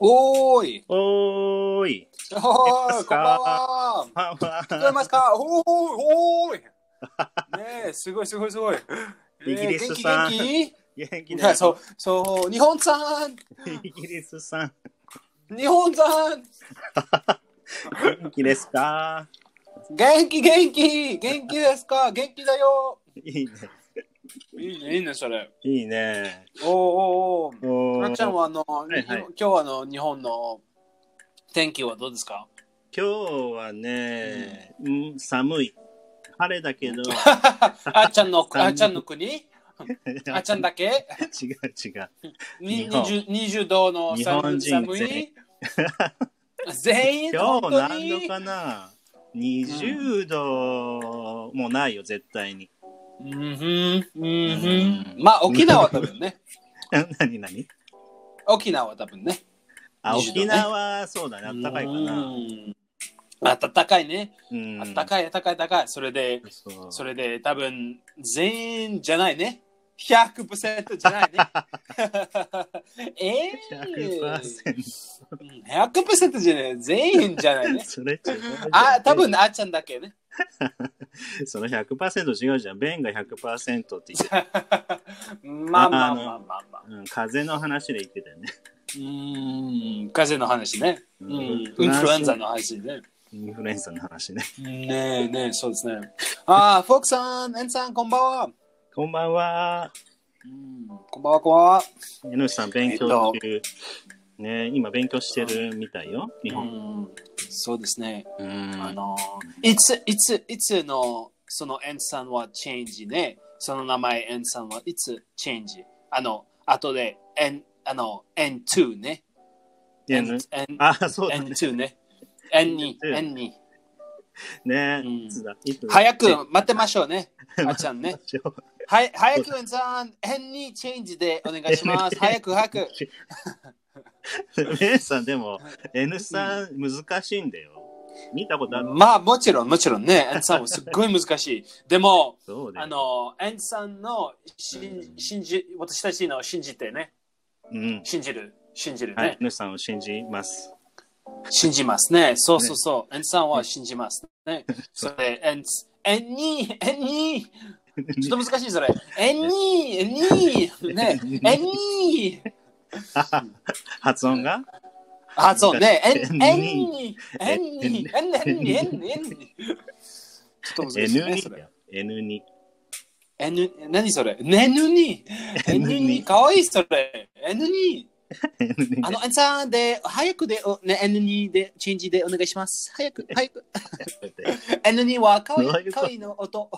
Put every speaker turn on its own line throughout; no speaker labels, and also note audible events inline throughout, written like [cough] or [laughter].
おーい
お
お
ーい。
ーいこんばんは
まあま
聞こえ
あ、
ますかおーいお [laughs] ーいねえ、すごいすごいすごい。ねえ
イギリスさん
元気元
元気
気
だ
ね [laughs]
よ。
そう、そう、日本さん
イギリスさん、
日本さん
元気ですか
元気元気元気ですか元気だよ
いいね。
いいね、いいね、それ。
いいね。
おーおーお
お
ー。なっちゃん
ー
はあの、
いはい
日本今日はあの、日本の天気はどうですか
今日はね、うん、寒い。晴れだけど、
あっちゃんの、
寒い
[laughs] あっちゃんの国 [laughs]
[laughs]
あっちゃんだけ
違う違う。
に
日本
20, 20度の
日本
寒
人
寒い全員
今日
本当
何度
に
かな ?20 度もないよ、絶対に。 [laughs]
うんふんうんふん
うん
まあ沖縄は多分ね
何何
沖縄は多分ね
あ、
20度ね
沖縄、そうだね、暖かいかな。
な暖かいね
うん。
暖かい暖かい暖かいそれで
そう
それで多分全員じゃないね100%じゃ [laughs] ないねえー、
100%。
うん100%じゃない全員じゃないね
それ違うじゃん。
あ多分あっちゃんだけね
その100%違うじゃん。弁が100%って言っ
[laughs]
てた、
まあまあまあまあまあ。
うん、風邪の話で言ってたよね。
うーん、風邪の話ね。うん、インフ
フ
ル
ランス
エンザの話ね。
インフルエンザの話ね。
ねえねえ、そうですね。ああ、フォークさん、エンさん、こんばんは。
こんばんは。
うん、こんばんは、こんばんは。
えのしさん、勉強中。ね、今勉強してるみたいよ。日
う
本。
ん、そうですね。
う
あ
ん。
の、いつ、いつ、いつの、そのエンさんはチェンジね。その名前、エンさんはいつチェンジ。あの、後で、エン、あの、エン2ね。
で
N- N-
あ、そうだね。
N2 ね。N2、
N2
N2。
ね、
うん
いつだいつ
早く待ってましょう
[laughs]
ね。あっちゃんね。
ちょ
はい、早く、エンさん、変にチェンジでお願いします。早く、早く。
[laughs] メンさんでも N さん難しいんだよ。見たことある
まあ、もちろん、もちろんね。エンさんはすっごい難しい。でも、
そうだよ
あの、エンさんの信
うん
信じ、私たちの信じてね。
うん。
信じる。信じる
はい
ね。。
N さんを信じます。
信じますね。そうそうそう。エンさんは信じますね。それ、エン、エンに、エンに、
[laughs]
ちょっと難しいそれ。エンに、エンに、ね、エンに。
発音が
あ、そうね。えん、えんに
に、
えんに、えんに、えんに、えんに、えんに。ちょっと難しいね、そ
N2 だ
れ。
よ。N2。
えぬ、何それねぬに。えぬに、かわいいそれ。えぬに。
N2 [laughs]
あの、あんさんで、早くで、おね、えぬにで、チェンジでお願いします。早く、早く。えぬには、かわいい、かわいいの音。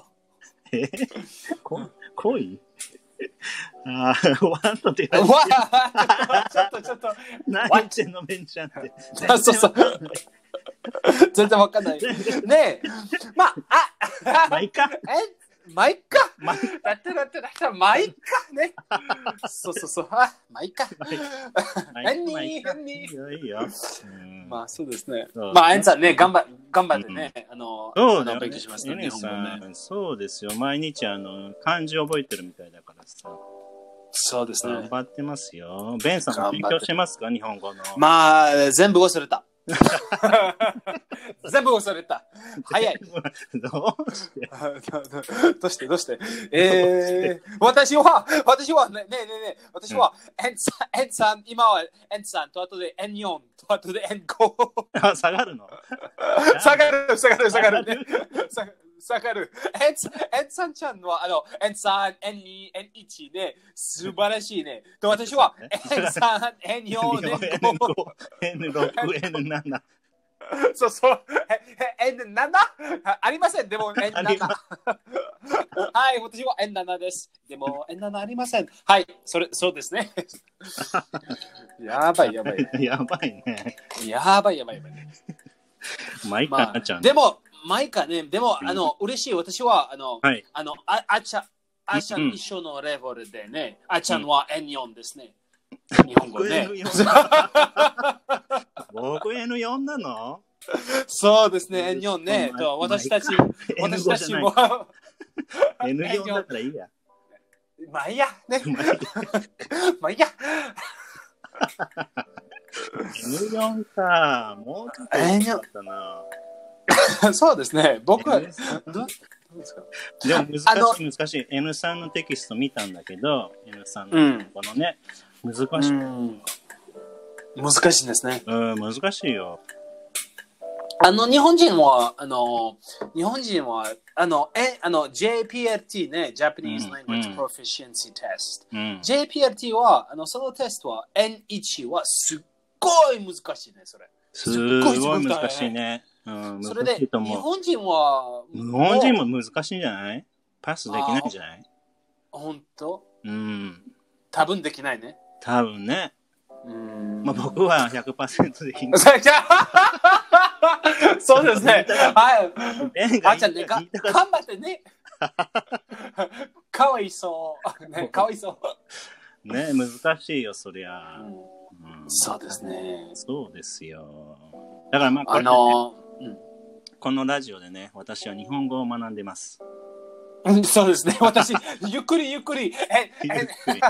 えこ恋 [laughs] ああ、ワンとって
うわあちょっと、ちょっと、
何言ってんの、ベンちゃんって。
あ [laughs] そうそう全然わかんない。ねえ。まあ、あ、
まあ、いいか。
え、マイカ
まあ、
だってだってだって、マイカね。そうそうそう、あ、マイカ。
まあいいか
何
いいか
何
いいよ、いいよ。うん
まあそうですね。
そう
まあ、エンさんね、頑張頑張ってね、あの、
そうだ
あの
よね
勉強しました
エ
ね、
レ
日本
さ
語ね。
ん、そうですよ。毎日、あの、漢字覚えてるみたいだからさ。
そうです
頑
ね。
張ってますよ。ベンさんも勉強してますか日本語の。
まあ、全部忘れ
[laughs]
た。全部忘れた。早い。。
[laughs] どう [laughs] して
どうしてどうしてえー、私は、私はね、ねえねえねえ、私は、エンさん、エンさん、今はエンさんと後でエン4と後でエン5。
あ下が
[laughs]
るの
下がる下がる下がるね下が下がるエンツエンさんちゃんはあのエンさんエンにエン一ね素晴らしいねと私はエンさんエン四エン五
N5、N6、
そうそうええエン七あありませんでもエン
あり
七はい私はエン七ですでもエン七ありませんはいそれそうです
[laughs]
ねやばいやばい
N5。や [laughs] ばいね。
やばいやばいやばい
まあ、いいか
ま
なちゃ
あ、
ん。
でも、毎回ね、でも、
うん
あの、嬉しい、私は、あの、
はい
あの、ああちゃん、あちゃ
うんん
一緒のレベルでね、あちゃんは N4 ですね。日本語ね。 [laughs]
僕 N4 なの
そうですね、N4 ね。
まあ
と
まあ
私たち、
N5
[laughs] 私た
じゃない
ちも、
N4 だからいいや。
まあいいや、ね、 [laughs]
まあい
まあい
いや
いや。
N4 か。もうちょっと大きかったな。
そうですね。僕は、
N3
どうどうですか
でも難
あの
しい難しい。N3 のテキスト見たんだけど、N3
うん
のこのね、難しい。
うん難しいですね。
うん、難しいよ。
あの、日本人は、あの、日本人は、あの、え、あの、JPRT ね、Japanese
う
Language
ん
Proficiency Test。
うん。
JPRT は、あの、そのテストは N1 はすっごい難しいね、それ。
すごい難しいね。うん、
それで、
難し
日
いと思う。
本人は、
日本人も難しいんじゃないパスできないんじゃない
本当
うん。
多分できないね。
多分ね。
うん [laughs]
まあ、僕は100%できない。
そうですね。はい。
レン
あ
が
ーちゃんね、が
言いたかった
頑張ってね。かわいそう。ね、かわいそう。
ね、難しいよ、そりゃ。ん
そうですね。
そうですよ。だからまあこれ
あ
ね、
の
このラジオでね、私は日本語を学んでます。
ー、うんそうですね。私、ゆっくりゆっくり。 [laughs] え、
ゆ
[laughs]
っ
え、
くり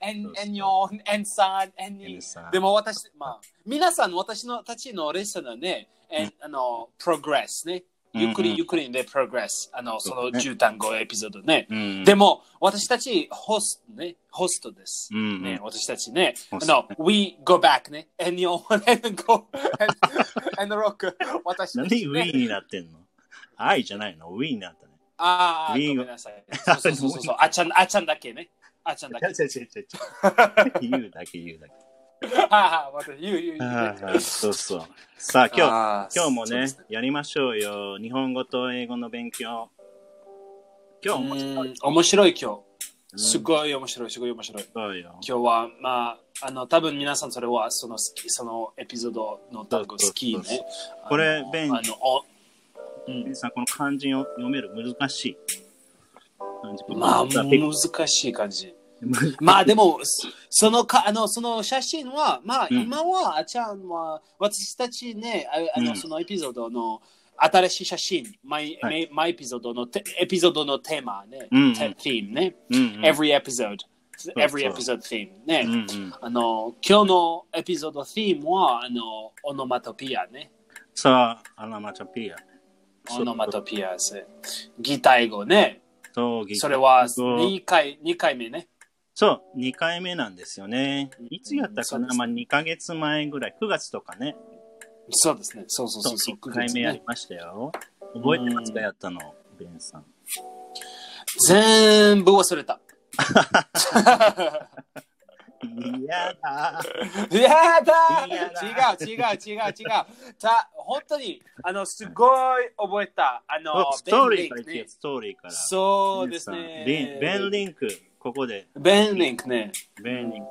えん、えんよん、えんさん、えんに
N。さん
でも私、まあ、皆さん、私のたちのレッスンはね、え、あの、プログレスね。ゆっくりゆっくりで、プログレス。あの、その10単語エピソードね。
うん
でも、私たち、ホストね、ホストです。
うん
ね、私たちね、
ホ
あ
スト
の、we go back ね、and you and go and rock 私
な
た
んで
ち、
ウ
ね
ィ。ーになってんの愛じゃないのウィーに
[laughs]
なったね。
ああ、
We
ごめ
go-
んなさい。そうそうそうそう、あちゃん、あちゃんだけね。あちゃんだけ。はい
違う違う違う違う言うだけ言う
[laughs]
だけ。
はい、私、言う言う言
あ
う。
ーそうそう。さあ、今日、
あー
今日も
そう
ね
です
やりましょうよ。日本語と英語の勉強。今日面白い。
うん面白い今
う
日。
ん
すごい面白い、すごい面白い。
そうよ。
今日は、まあ、あの、多分皆さんそれは、その好き、そのエピソードの単語好き
そうそう
ね。
これ
あの
ベン
あの、おうん
皆さん、この漢字を読める難しい。
まあ、
難しい
難しい感じ。まあでも、そそのか、あの、その写真は、まあ
うん
今は、あちゃんは、私たちね、ああ
う
の、
ん
そのエピソードの新しい写真、毎、
は
毎毎エピソードのテ、エピソードのテーマね、
うんうん
テ、ーマね、
うんうん
every episode、every
そう
episode theme ね、
うんうん
あの、今日のエピソード theme は、あの、オノマトピアね、
さあ、アナマチャピア。
オノマトピアです。擬態語ね、
そう、ギ
そ
ター
れは
そう
2回、二回目ね。
そう、2回目なんですよね。いつやったか
そうで
な、
す
まあ、2ヶ月前ぐらい、9月とかね。
そうですね、そうそう
そ、
そううそう、
1回目やりましたよ。覚えてますか、
うん
やったの、ベンさん。
全部忘れ
[laughs]
た。
いやだ。
やだ
やだ
違う違う違う違う。た本当にあのすごい覚えた。あの
ストーリ
ベ
ー
ン
か
リン
ら
ク
いけ
ね
よ、ストーリーから。
そうです
ベンさ
ね
ん。ベンベンリンク、ここで、
ベンリンクね。
ベンリンク。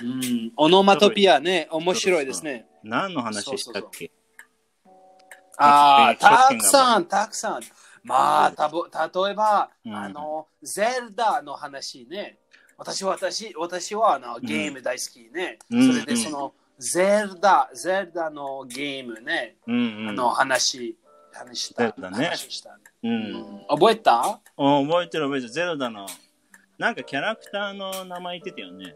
うん、オノマトピアね、面白いですね。
何の話したっけ
あ
そうそう
あ、
そ
た
う
くさん、たくさん。まあ、たぼ例えば、
うん
あの、ゼルダの話ね。私は、私、私はあのゲーム大好きね。
うん
それで、その、ゼルダ、ゼルダのゲームね、
うんう
あ
ん。
の話、話し
ゼ
た。
ルダね
話した、
う、
うんん。覚えた
お覚えてる覚えてる。ゼロだの。なんかキャラクターの名前言ってたよね。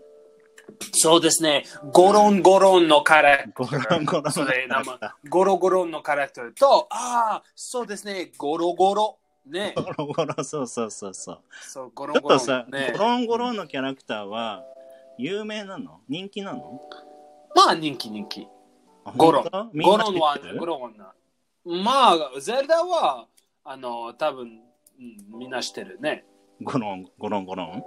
そうですね。ゴロンゴロンのカラ
ゴロンゴロン
それ名前
[laughs]
ゴロゴロンのカラクターと、ああ、そうですね。ゴロゴロ。ね。
ゴロゴロ、そうそうそうそう。
そう、ゴロ
ち
ン
ょっ
ゴロ
と
ン。
さ、
ね
ゴロンゴロンのキャラクターは有名なの人気なの
まあ人気人気。ゴロン。ゴロンは、ゴロ
ロ
ンはな。まあ、ゼルダは、あの、多分、うん、みんな知ってるね。
ン。ゴロン、ゴロン、ゴロン。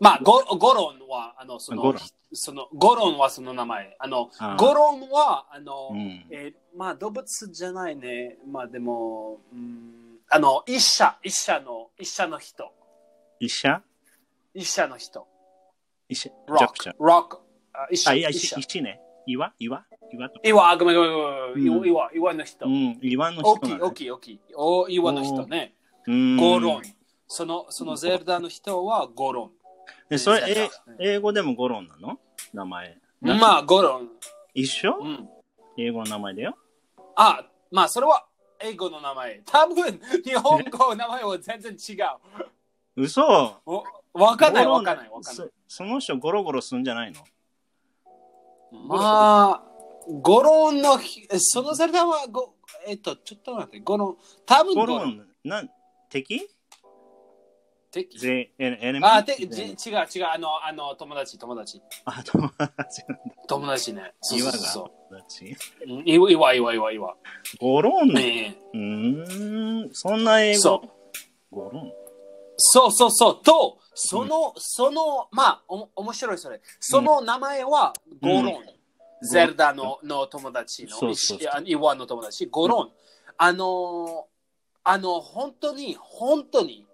まあ、ゴゴロンは、あの、そ
ゴ
の
ロン、
そのゴロンはその名前。あの、
あー
ゴロンは、あの、
うん。
えーまあ、動物じゃないね。まあ、でも、うん、あの、一社、一社の、一社の人。
医者
一社の人。
医者
ロック、ロック。あ一社、
あ、いや、
一社
石。石ね。岩岩岩とか。
岩、あごめんごめんごめん。
うん
岩、岩、岩の人
う。ん、岩の
大
人
きい
な、
大きい、大きい。お岩の人ね。
い
ゴロン。。その、そのゼルダの人はゴロン。
でそれ、
ゼル
え英語でもゴロンなの名前。
ダまあ、ゴロン。
一緒
うん。
英語の名前だよ。
あ、まあ、それは英語の名前。多分、日本語の名前は全然違う。
嘘
おわかんない、
ゴロ
わ
ン
かんない、わかんない。
そその人ゴロゴロすんじゃないの
まあ、ゴロンのひ、そのサラダはご、えっと、ちょっと待って、ゴロン、多分
ゴ
ゴ
ロ
ロン。
ン、なん、敵
敵
ぜエネエネミー
あ、て、じ違う違う、あの、あの、友達、友達。
あ、友達なんだ。
友達ね。そうそうそう
友達
そう。うんいわ、いわ、いわ、いわ、いわ。
ゴロンね。
ねえ
うーん、そんな英
そ
語。ゴロン。
そうそうそう。と、その、その、まあ、おも面白いそれ。その名前は、ゴロン。ゼルダのの友達
そ
の、
うそうそう
いやイワンの友達、ゴロン。あのー、あの、本当に、本当に、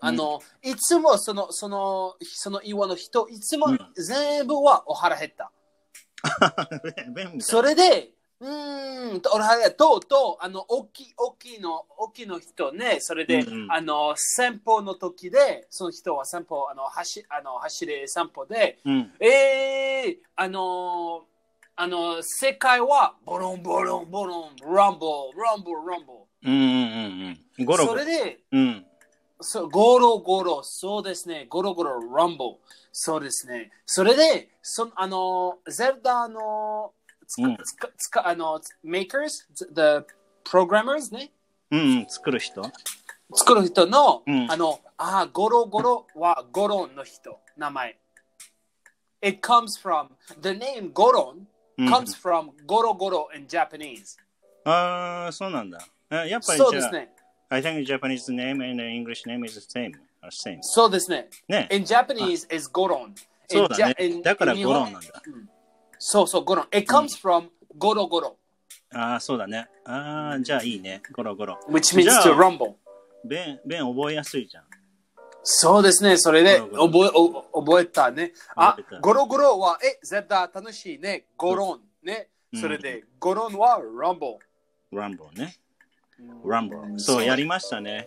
あの、いつもその、その、そのイワンの人、いつも
うん
全部はお腹減った。
便利だ
それで、うーんと、お腹減った。と、と、あの、大きい、大きいの、大きいの人ね、それで、
うんうん
あの、散歩の時で、その人は散歩、あの、走、あの、走れ散歩で、
うん。
えー、あのーあのー世界はボロンボロンボロン、ランボー、ランボー、ランボ
うんうんうんうん。ゴ
ー。
ロ
そ
ゴロ
れ。で、
うん。
そうゴロゴロ、そうですね、ゴロゴロ、ランボー。そうですね。それで、そのあのーゼルダのつ
うん
かつかつかあの、makers, the programmers ね、
うんうん、作る人
作る人の、
うん
あの、あー、ゴロゴロはゴロンの人、名前。It comes from the name ゴロン。
うん。
comes from ゴロゴロ in Japanese.
ああ、そうなんだ。あやっぱり
そう
じ
です
ゃ
ね。
あ、I think Japanese name and English name is the same. are same.
そうですね。
ね。
in Japanese is ゴロン。
そ
In
うだ
Ja- in-
ね。だから
日
ゴ
本
ロンなんだ。
うんそうそう、ゴロン。It comes from ゴロゴロ。
ああ、そうだね。ああ、じゃあいいね。ゴロゴロ。
which means
じゃあ
to rumble.
弁、弁覚えやすいじゃん。
そうですね。それで
ゴロゴ
覚えお覚えたね。あ
覚えた、
ゴロゴロは、え、絶対楽しいね。ゴロン。ね。
うん
それで、ゴロンは rumble。
ランボーね。ランボー。そう、やりましたね。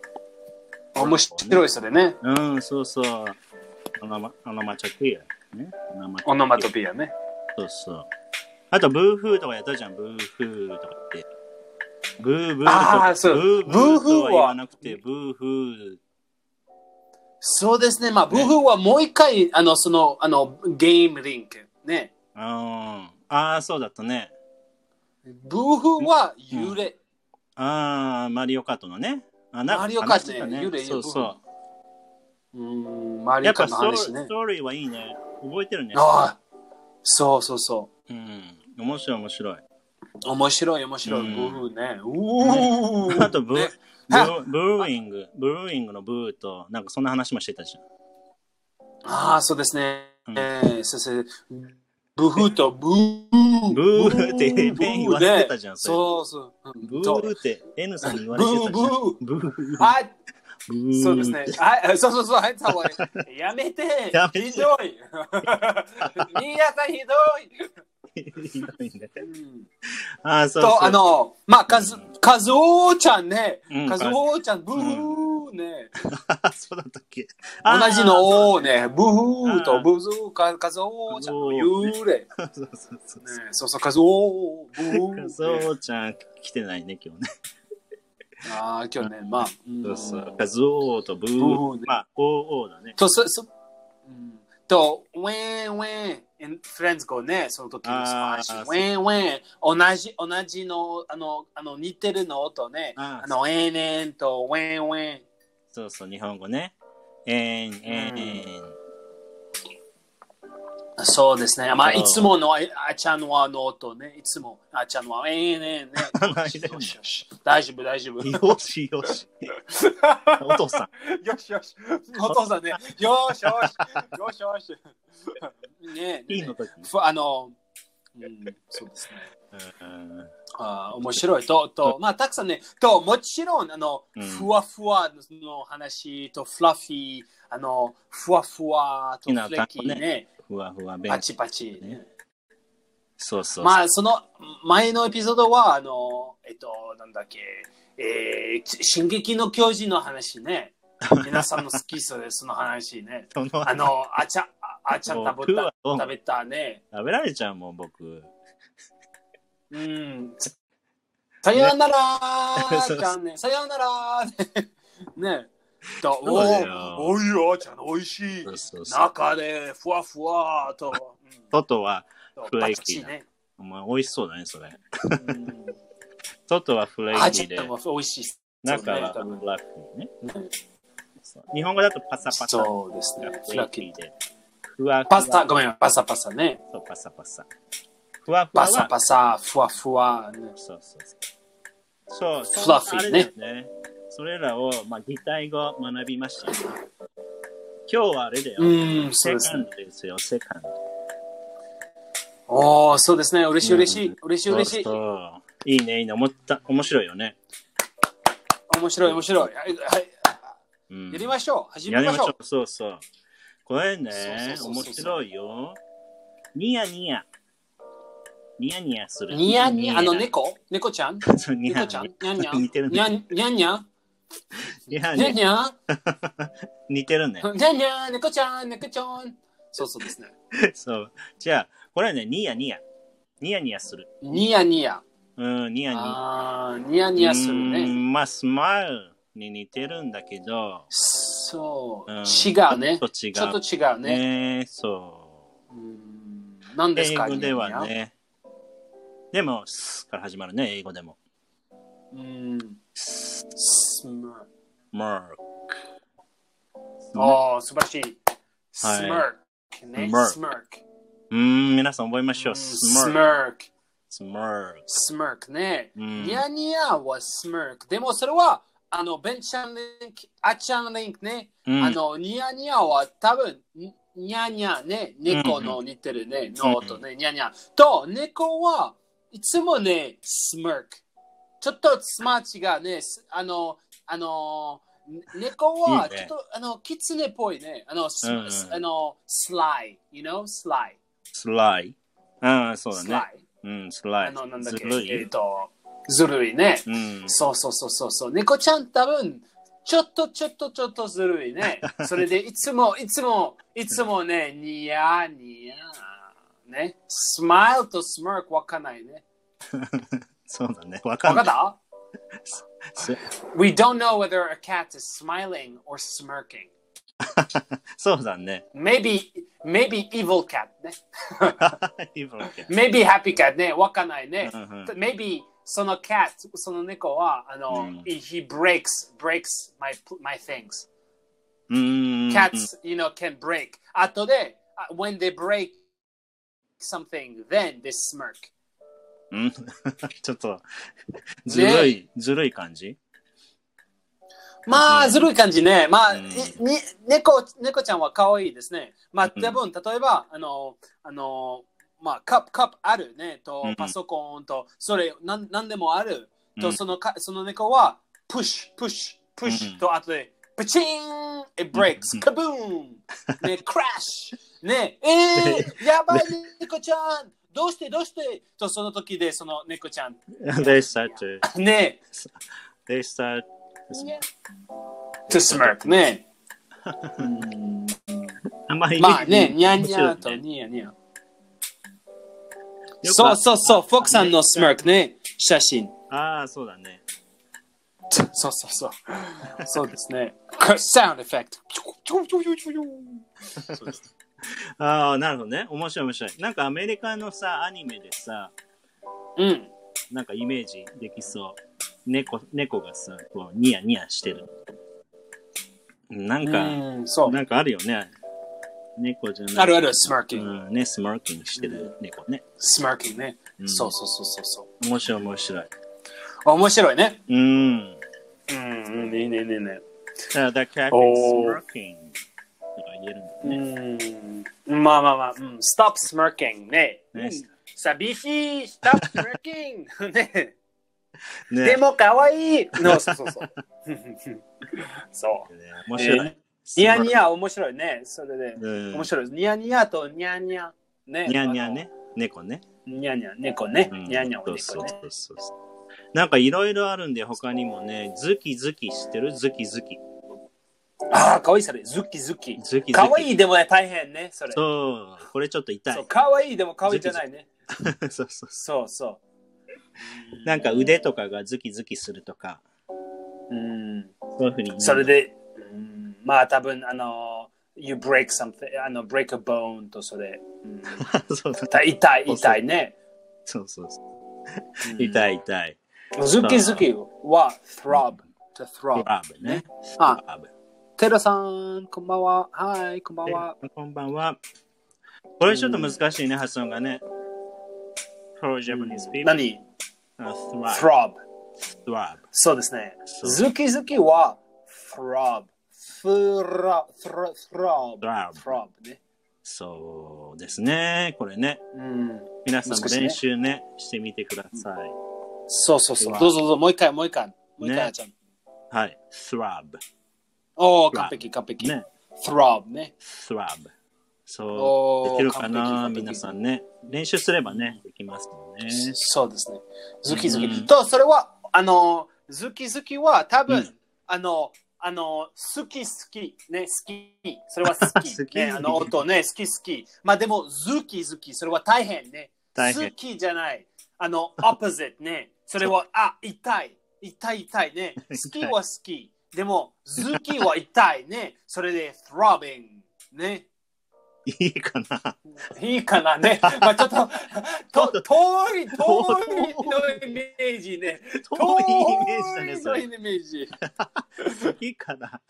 面白いそれね。
うん、そうそう。オノマオノマチャクイア。ね。オノマチャクイア
オノマトピアね。
そうそう。あと、ブーフーとかやったじゃん。ブーフーとか言って。ブーブーとか。
あーそう
ブーブーとは言わなくて、
ブ
ブーフー。
そうですね。まあ、ブーフーはもう一回、あの、その、あの、ゲームリンク。ね。
あーあー、そうだったね。
ブーフーは揺れ。
ああ、マリオカートのね。あな
マリオカート
話した
ね幽霊
そうそう。
うん、周
や
り
っぱ
から
ス
の話ね
トーリース。トーリーはいいね。覚えてるね。
ああ、そうそうそ
うん。面白い面白い。
う。面白い、面白い。
うん
ブーフーね。うー
あとブ、
ね
ブーブルーイング、ブルーイングのブーと、なんかそんな話もしてたじゃん。
ああ、そうですね。
うん
えーそうそう。ブーフーとブー。
ブーって
ブ
ペン言わせてたじゃん
そうそう。うん
ブ
そう
ーって N さんに言わ
ブ
れてた
ー
じ
ブ
ゃ
ー。
ん。ブーブー
はい、
ブー
そうですね。はい、そうそうそう、入った方がいい。やめて
やめて
ひど
[laughs]
い新潟ひ
ひどいね
どい、うん
ああ、そうそう。
と、あの、まあ、かず、かずおちゃんね。
うん
かずおちゃん、ブーね。
そうだったっけ。あー
同じ。のおね。ブー
あ
と
ー
ブズーか、かずおちゃんの幽霊。ね
そうそうそうそう。
そうそう、かずお、ブ
カズ
ー。
オちゃん来てないね、今日ね。
ああ、今日ね、まあ。うん
そうそう。カズオとブ
ブ
ー。
ーね
まあ、オーオーだね。
と、そ、そ、うんと、ウェンウェン、in friends go ね、その時の
あー
話。ウェンウェン、同じ、同じの、あの、あの、似てるの音ね。
あー
あの、エーネンと、ウェンウェン。
そうそう、日本語ね。えーん、えーん。
そうですね。まあ、
そう
いつものああちゃんはの音ね。いつも、あちゃんは、ええねね。
何してんの
よしよし。大丈夫、大丈夫。よ
よしよし。お父さん。
しよし。お父さんね。よしよし。よしよし。ねえ。
いいの時。
ふあの、うん、そうですね。
うん
あー面白いと、と、まあ、たくさんね、と、もちろん、あの、
うん
ふわふわの話と、フラフィー、あの、ふわふわと、
好きな
フレキ
単語
ね、
ふわふわ弁
パ。チパチ。
ねそうそう。
まあ、その前のエピソードは、あの、えっと、なんだっけ、えー、き進撃の巨人の話
[laughs]
ね。皆さんの好きそうです、その話ね。
その
あの、あちゃ、ああちゃん食べ
僕
た
は、
食べたね。
食べられちゃうもん、僕。
うん。さようなら
[laughs] そう
ちゃんね。さようなら [laughs] ね。ね。と
そう
お
だよ
お、おいよ、あちゃん、おいしい
そ。うそうそう。
中で、ふわふわと。うん
外は、 [laughs] フレー
パクチ
キ
ー
ーな。
ね。
お前、美味しそうだね、それ。 [laughs]
うん
外はフレー
味
キーで、
も美味しい。
中は
そうね
フラッフィーね。そう日本語だとパサパサ。
そうですね。
フ
フラ
ラッ
ッ
キ
キ
ー
ー。
で。ふわふわ
パスタ、ごめん、パサパサね。
そう、パサパサ。ふわふわ
パ
は。
サパサ、ふわふわ。ね
そうそうそう。そう、
フラッフィー
そうあれだよね。それらを、まあ、擬態語学びましたね、今日はあれだよ。
うん、そう
セ
です
カ
ね
ン。ドですよ、セカンド。
おー、そうですね。嬉しい、嬉し
う
い
ん、
嬉しい、嬉しい。
そうそういいね、いいね。思った、面白いよね。
面白い、面白い。はい、はい
うん、
やりましょう。始
や
めま
りま
しょ
しょ
う。
う。そうそう。これね
そうそうそうそう
面白いよ。ニヤニヤ。ニヤニヤする。
ニヤニヤ、あの。猫猫ちゃん
そうニヤ
猫
ニ
ちゃ
ヤ
ん。ニャンニャ
似てる
ン。
ね
ニャンニャンニャン。
ニヤ
ニ
ニ
ャン
ヤ。
ニャン。
似てるね。
ニャンニャン、猫ちゃん、猫ちゃん。そうそうですね。
そう。じゃあ、これね、ニヤニヤ。ニヤニヤする。
ニヤニヤ。
うん、ニヤニヤ。
あーニヤニヤする
う
ね。
んまあ、スマイルに似てるんだけど、
そう。
うん
違うね
ちょ。っと違う。
ちょっと違うね。
ね。そ
うん何
う。
です
英
か
語では
ニヤニヤ
ね。でも、スから始まるね、英語でも。
うん。
ス
スマ
マーク。
おー、素晴らしい。ス
はい
マーク。ね。
Smirk
スマーク。
うん、皆さん覚えましょう。ス
ス
マーク。
マーク。
スマーク。
スマークね。
うん
ニヤニヤはスマーク。でもそれは、あの、ベンチャンリンク、アチャンリンクね。
うん
あの、ニヤニヤは多分、ニニャニャね、猫の似てるね、
うん
の音ね、ニャニャ。と、猫はいつもね、スマーク。ちょっとスマーチがね、すあの、あの、ね猫はい
い
ちょ
ね
っと、あの、キツネっぽいね。あの、ス
うんうん
スあの、スライ、you know? スライ。
スライ。うん、そうだ
ス
ね
ラ。イ。
うん、ス
あ
ライ
の、なん。だっ
ず
け、
る
えっ
い。
と、ずるいね。
うん。
そうそうそうそうそう。猫ちゃん多分、ちょっとちょっとちょっとずるい
[laughs]
ね。それでいつもいつもいつもね、ニヤニヤ。ね。スマイルとスマークわかんないね。
そうだね。わか
わ
ん
か
な
っ
い。
た
す
?We don't know whether a cat is smiling or smirking.
そうだね。 [laughs]
Maybe, maybe evil cat ね。
イブロケ
maybe happy cat ね。わかんないね。
うんうん
maybe その cat、その猫は、あの、
うん
he breaks, breaks my, my things.
うーん。
cats you know can break 後であ when they break something then they smirk
うん [laughs] ちょっと、ずるい、ずるい感じ
まあずるい感じねまあ、
うん
いに猫猫ちゃんは可愛いですねまあ
うん
多分例えばあのあのまあカップカップあるねと
うん
パソコンとそれなんなんでもある
う
と
ん
そのかその猫はプッシュプッシュプッシ
うん
ュと後でプチーン it breaks
うん
カブー
[laughs]
ンねクラッシュねえー、やばい猫ちゃんどうしてどうしてとその時でその猫ちゃん
They start to,
ね
they start,
と smirk ね
あんまり
まあねニャンニャンと
面白いね
ニヤニヤ
よく
そうそうそうフォークさんの smirk ね写真
ああ、そうだね。
そうそうそうそうです
[laughs]
ねサウンドエフェクト
ああ、なるほどね。面白い面白い。なんかアメリカのさ、アニメでさ、
うん
なんかイメージできそう。猫、猫がさ、こう、ニヤニヤしてる。なんか、
うん、そう。
なんかあるよね。猫じゃない。
あるある、スマーキング。
うん、ね、スマーキングしてる猫ね。
スマーキングね。
うん
そうそうそうそうそう。
面白い面白い。
あ面白いね。
うん。
うん、うん、いいね、いいね、いいね。
Uh, the cat is
Oh.
smirking. とか言えるんだね。
うん、まあまあまあ、うん、stop smirking ね。
ね
うん寂しい、stop smirking [laughs] ね。
ね
でも可愛い。
[laughs]
の、そうそうそう。そう。
ね面白い。
えニヤニヤ面白いね。それで。
うん。
面白い。ニヤニヤとニャニャ。ね。
ニャニャね。猫ね。
あの。ニャニャ、猫ね。
うん
ニャニャは
そ
猫
う
ね。
そうそうそう。なんかいろいろあるんで、他にもね、ズキズキしてるズキズキ。
ああ、可愛いそれ。ズッキズッキ。
ズキズキ。
可愛
い。
いでもね、大変ね、それ。そう
そう。これちょっと痛い。
可愛いでも可愛いじゃないね。
[laughs] そうそうそ。
そうそう
なんか腕とかがズキズキするとか、
う。うん。
そういうふうに。
それ。で、うんまあ多分、あの、 you break something, あの、break a bone とそれ。うん
[laughs] そうそう
痛い、痛い、痛いね。
そうそうそう
うん
[laughs] 痛い痛い。
ズキズキは throb, to
ト
throb.
ラブね。
あ
トラブ
テラさん、こんばんは。はい、こんばんは。
こんばんは。これちょっと難しいね、発音がね。Pro Japanese people.
何
あ throb.
?throb。
throb.
そうですね。
そう
ズキズキは throb。throb。
Throb
throb。throb ね。
そうですね。これね。
うん。
皆さんも
難しいね
練習ね、してみてください。
そうそうそう。
Throb
どうぞどうぞ、もう一回、もう一回。もう一
ね
回、あーちゃん。
はい。throb。
おお、
Throb
完璧、完璧。
ね。
throb ね。
throb。
お
そう
ー、
できるかな
完璧完璧
皆さんね。練習すればね、できますもん [laughs] ね。
そうですね。ズキズ
うん
キ。と、それは、あの、ズキズキは多
う
分
ん、
あの、あの、好き好き、ね、好き。それは好
[laughs] 好き
き。ね、あの音ね、好き好き。まあでも、ズキズキ、それは大変ね。
大変
好きじゃない。あの、opposite ね。それは、あ、痛い。痛い痛い
[laughs]
ね。好きは好き。でも、ズキは痛いね。それで、throbbing。ね。
いいかな。
[laughs] いいかな
[laughs]
ね。まあちょっと、と遠い、遠いのイメージね。
[laughs] 遠いイメージだね、そ
遠
れ
い。のイメージ。
好きかな。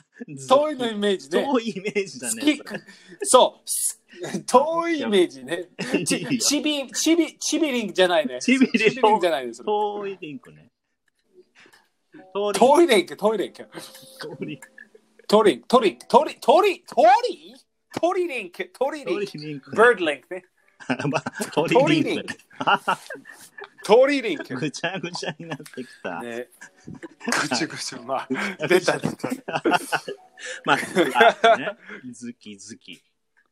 遠いのイメージね。
遠いイメージだ
好
ね。
き
それ
そうす。
[laughs]
遠いイメージね。
いい
ち
よ
ちび、ちび、ちびりんじゃないね。
ちびりん
じゃないです。
遠いリンクね。遠い
トイレ行け、トイレ行け。
リンク。
トリンク、トリンク、トリ、トリ、トリトリリンク、トリリ
遠
ン
い
ク。
リンク。
バードリンクね。
まあ遠いリ [laughs] ンク。
トリリンク。
ぐちゃぐちゃになってきた。
ね。
[laughs]
ぐちゅぐちゅ、まあ、出た出た。
まあ、あねズキズキ。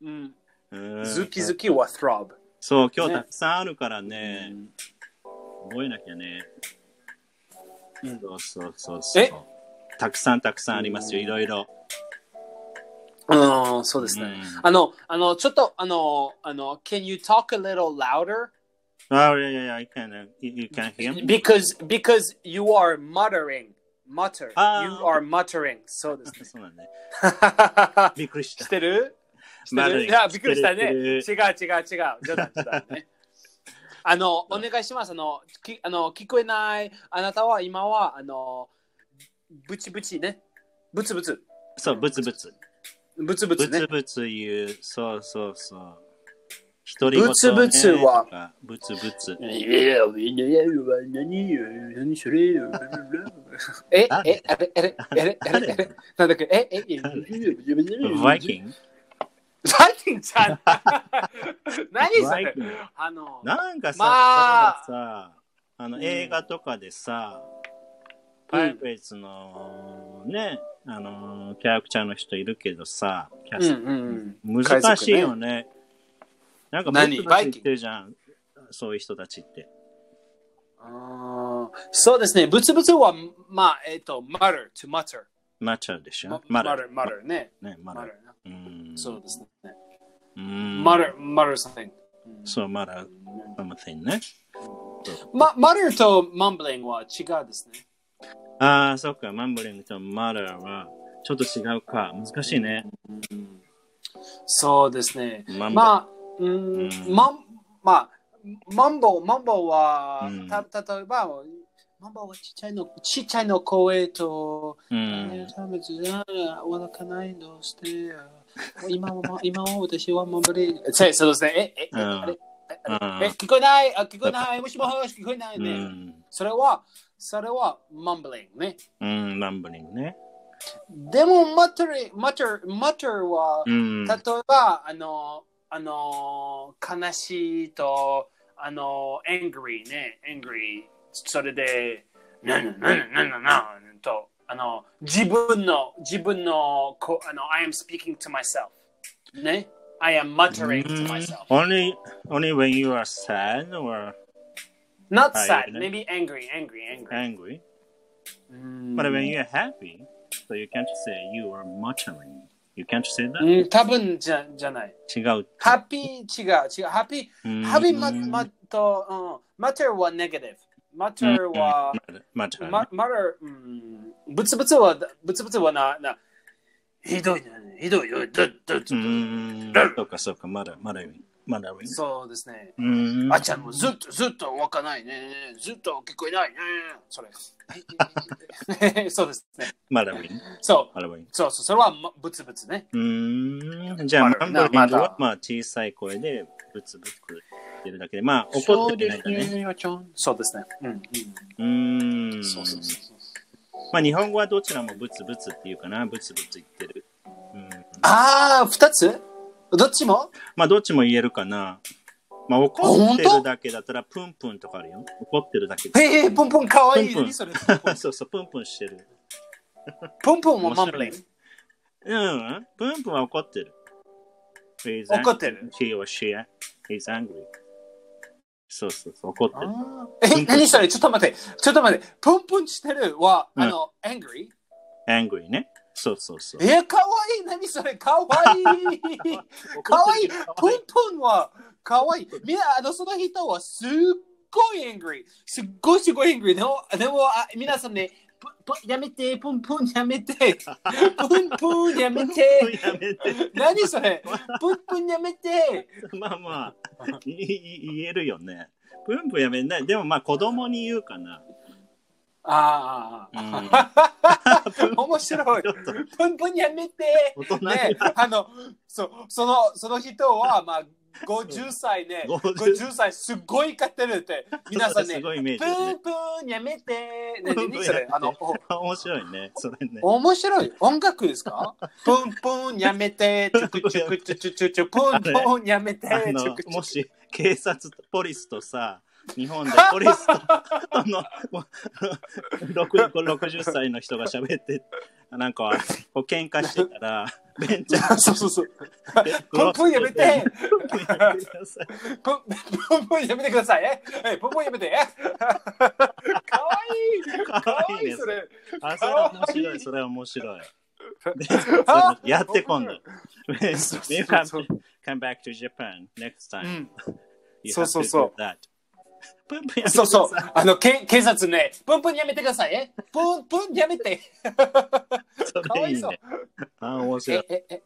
うん。
うん
ズキズキは throb。
そう、今日
ね
たくさんあるからね。覚えなきゃね。
うん
そうそうそうそう。
え
たくさんたくさんありますよ、いろいろ。
うん、そうです
う
ね。
ん
あの、あの、ちょっと、あの、あの、can you talk a little louder?
Oh, yeah, yeah, yeah, I can, uh, you, you can hear me?
Because, because you are muttering. Mutter.
あー。
You are muttering. そうですね
そうだね。
し
びっくり [laughs] した。
てるし
ま
て
だ
る
ね
いや、びっくりした
して
ね。違う
る
違う違う。冗談冗談ね。あの、お願いします。あの、きあの聞こえない。あなたは今は、あの、ブチブチね。ブツブツ。
そう、ブツブツ。
ブツブ
ブ
ツね
ツ。ブツ言う。そうそうそう。一人ごとね
ブツブツは
とか。ブツブツ。
え、え、あれ、あれ、あれ、あれ、あれ、なんだっけ、え、え、え、
バイキング
バイキンちゃん。 [laughs] 何そ
バイ
れ
キング
あの、
なんかさ、
まあ
例えばさあの
うん
映画とかでさ、パイレーツのね、あのキャラクターの人いるけどさ、キャ
うん
ス
うん
難しいよね。なんか
何
ブツブツ言ってるじゃん。そういう人たちって。
うん。そうですね、ブツブツは、まあ、えっと、mutter, to mutter。
マチャでしょ
mutter, mutter ね。
ね、マラ
mutter。。
うん。
そうですね。
うん。
mutter, mutter something。
そう、マラ、something ね。
ま、mutter と mumbling は違うですね。
ああ、そっか、マンブリングとマラは、ちょっと違うか。難しいね。
そうですね。
マンボ
まあ、うー
う
ん、
ん
まん、まあ、マンボウ、マンボウは
うん、
た、例えば、マンボウはちっちゃいの、ちっちゃいの声と、
う
え
ん。
ー食べてお腹ないのして、今
[laughs]
は、ま今は私はマンボリン。そうそうですね。え、え、え、
うん
あれえ、
うん。
聞こえない、あ、聞こえない、もしもし、聞こえないうね。
ん。
それは、それは、マンブリングね。
うん、マンブリングね。
でも、マトリ、マトリ、マトリは、
うん。
例えば、あの、あの、悲しいと、あの、angry ね、angry。それで、なんなんなんなんなんと、あの、自分の、自分の、こあの、I am speaking to myself。ね。I am muttering to myself.
Mm, Only, only when you are sad or
Not
はい
sad, maybe angry, angry, angry.
angry.
うーん
But when you are happy, so you can't say you are muttering. You can't say that.
うん、多分じゃじゃない。
違う。
ハッピー違う違う。ハッピ
Mm,
ー、ハッピーま、まと、うん、マターはネガティブ。マターは、
mutter.
ま、まだ、うん、ぶつぶつは、ぶつぶつはな、な、
ひどいね。ひどいよ。だだ
う
[clears throat]
ーん。そうか、そうか、まだ、まだ、まだ、う
そうですね。
ーん。
あっちゃんもずっとずっとわかないね。ずっと聞こえないね。それ。 [laughs] そうですね。
まだウィン。
そう。
まだウィン。
そうそう。それはまブツブツね。
うーん。じゃ
ま
あ、
だ
マンブリング
まだ
は、まあ、小さい声で、ぶつぶつ言ってるだけで、まあ、怒ってないんだね。
そうですね。うん。
うーん。
そうそうそうそう。
まあ、日本語はどちらもぶつぶつっていうかな、ぶつぶつ言ってる。うん、
ああ、二つどっちも
まあ、どっちも言えるかな。まあ、怒ってるだけだったら、プンプンとかあるよ。怒ってるだけで。
へえ、ポンポンかわいい。
プンプン
何それ
そうそう、プンプンしてる。
ポンポンもマンブリング。
うん、プンプンは怒ってる。He's
怒ってる。
angry. He or she is angry. そうそうそう、怒ってる。
え、何それちょっと待って。ちょっと待って。プンプンしてるは、あの、angry?
angry ね。そうそうそう。
え、かわいい。何それかわいい。かわいい。プンプンはかわいい。みんな、あの、その人はすっごい angry。すっごいすごい angry。でも、でもあ皆さんね、ぷぷやめて、プンプンやめて。プンプンやめて。
や
[laughs]
めて。
何それプンプンやめて。
まあまあ、いい言えるよね。プンプンやめない。でもまあ、子供に言うかな。
あ
う
あ。 [laughs]
ん、
面白い。プンプンやめて。
大人に、
ね、あの、そそのその人は、まあ、50歳ね、
50
50歳、すっごい勝ってるって、皆さん
す
ね、
ごいイメージ
プ
だね
ン。プンやめて、
プ
ね、
ンプン
何そ
やめ
れ
て
あの、お
面白いね。それね。
面白い音楽ですかプンプンやめて、チュクチュクチュチュチュチュ、プンプンやめて、チ
あ
ュ
の
クチュ
も
ク。
し警察とポリスとさ日本でポリ
[laughs]
スとあのもうろく60歳の人が喋ってなんかこう喧嘩して
[laughs]
たらベンチャー
そうそうそう。
で
プンプンやめて、
プンプンやめてください
プンプンプンやめてください。ええ [laughs] プンプンやめて。かわいい。か
か
わ
わ
い
いい
い、
ね
それ。
あそれは面白いそれは面白いでそれやって今
[laughs]
度 Maybe
そう
come back to Japan next
う
time
ん
You
そう
have
そう
to
そう
do that プンプンやめて
[laughs] そうそう。あの、け警察ね、プンプンやめてください。えプンプンやめて。
そ
かわ
れ
い
いい
そう
ねあ面白い
え、え、え。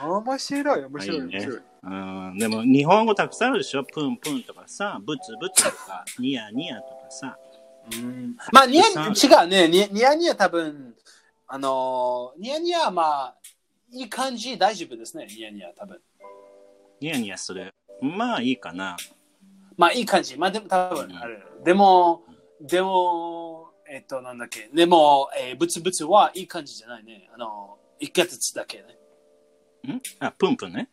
面白い、面白い、
あいいね
面白い。
うんでも日本語たくさんあるでしょプンプンとかさ、ブツブツとか、ニヤニヤとかさ。
まあ、ニヤ
たく
違うね。ニヤニヤニヤ多分、あのー、ニヤニヤはまあ、いい感じ、大丈夫ですね。ニヤニヤ多分。
ニヤニヤする。まあいいかな。
まあ、いい感じ。まあ、でも多
う
分
ん
ある。でも、でも、えっと、なんだっけ。でも、えー、ブツブツはいい感じじゃないね。あの、一ヶ月だけね。
んあ、プンプンね。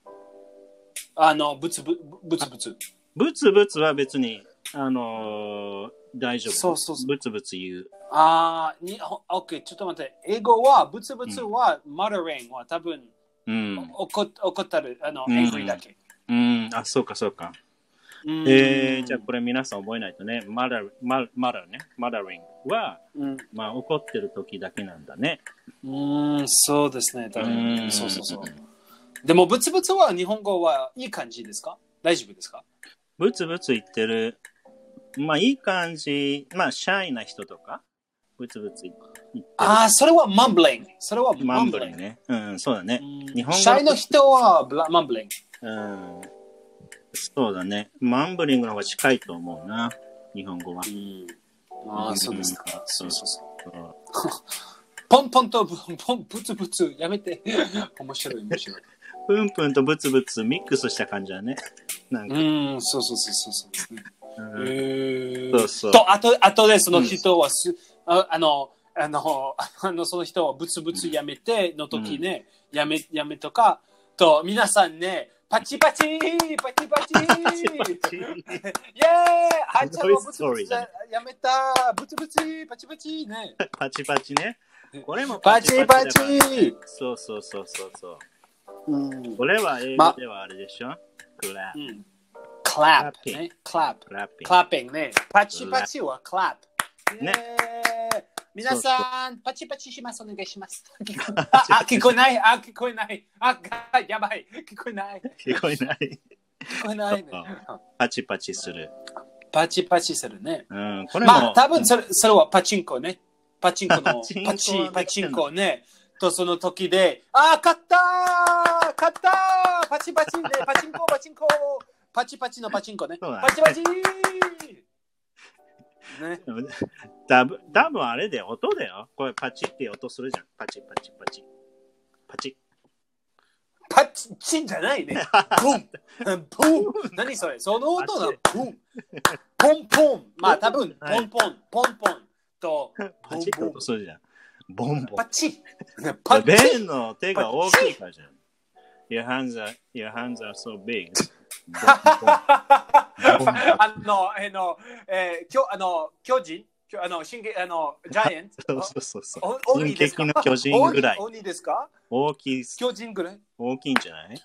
あの、ブツブ、ブツブツ。
ブツブツは別に、あのー大丈夫。
そうそうそう
ブツブツ言う。
ああ、に、ほ OK、ちょっと待って。英語は、ブツブツは、マダレンは多分、
うん。
怒っ怒ったる、あの、
うん
英語だけ。
うん。あ、そうかそうか。
うん
えー、じゃあこれ皆さん覚えないとね。マダ、ママダね。マダリングは、
うん、
まあ怒ってる時だけなんだね。
うーん、そうですね、多
う
分。
ん
そうそうそう。でも、ブツブツは日本語はいい感じですか大丈夫ですか
ブツブツ言ってる。まあいい感じ。まあシャイな人とか。ブツブツ言ってる。
ああ、それはマンブリング。それは
マ
マ
ン
ン
ブ
ブリ
リン
ン
グ
グ。
ね。うん、そうだね。
う
日
ん
本語
シャイの人はブラマンブリング。
うん。そうだね。マンブリングの方が近いと思うな。日本語は。
ああ、そうですか。そうそうそう。
うん
ポンポンとブ [laughs] ポンブツブツやめて。面白い、面白い。
プンプンとブツブツミックスした感じだね。なんか。
うん、そうそうそうそうそうですね。
うん
え
そうそう
と、あと、あとでその人はす、ああの、あの、 [laughs] あの、その人はブツブツやめての時ね、やめ、やめとか、と、皆さんね、パチパチパチパチイェーイあいちゃんはブツブツじゃやめたブツブツパチパチね。
パチパチね。これも
パチパ
だ
チ
からそうそうそうそうそう。
うん。
これは英語
ま
ではあれでしょ、クラ
う
ッ
ん。クラップね。クラップ
プ。。クラッ
ク
ピング。
ラッピングね。パチパチはクラップ。
ね
ね。皆さん、パチパチします。お願いし
[laughs]
ます。あ、あ聞こえない。あ、聞こえない。あ、がやばい。聞こえない。
聞こえない。
聞こえない、ね
そ。パチパチする。
パチパチするね。
うん。これも。
まあ、多分それそれはパチンコね。パチンコの
[laughs] パチンコは
パチ、パチンコね。とその時で、ああ、勝ったー勝ったーパチパチね、パチンコ、パチンコパチパチのパチンコね。
そうだね
パチパチね、
[laughs] ダブ、ダブはあれだよ、音だよ。これパチって音するじゃん。パチパチパチ。パチ。
パチチンじゃない
[laughs]
ね。ブンブン何それその音がブンポンポンまあ多分、ポ
はい
ンポン、ポンポンと、
パチって音するじゃん。ボンボン
パ。
[laughs]
チパチ
ベンの手が大きいからじゃん。Your hands are, your hands are so big.
[laughs] あの、あの、えー、きょあの巨人きょあの、神経、あの、ジャイアンツ
[laughs] そうそうそうそう。
おお鬼
人
ですか
的の巨人ぐらい。
鬼鬼ですか
大きい、
巨人ぐらい
大きいんじゃない
違う、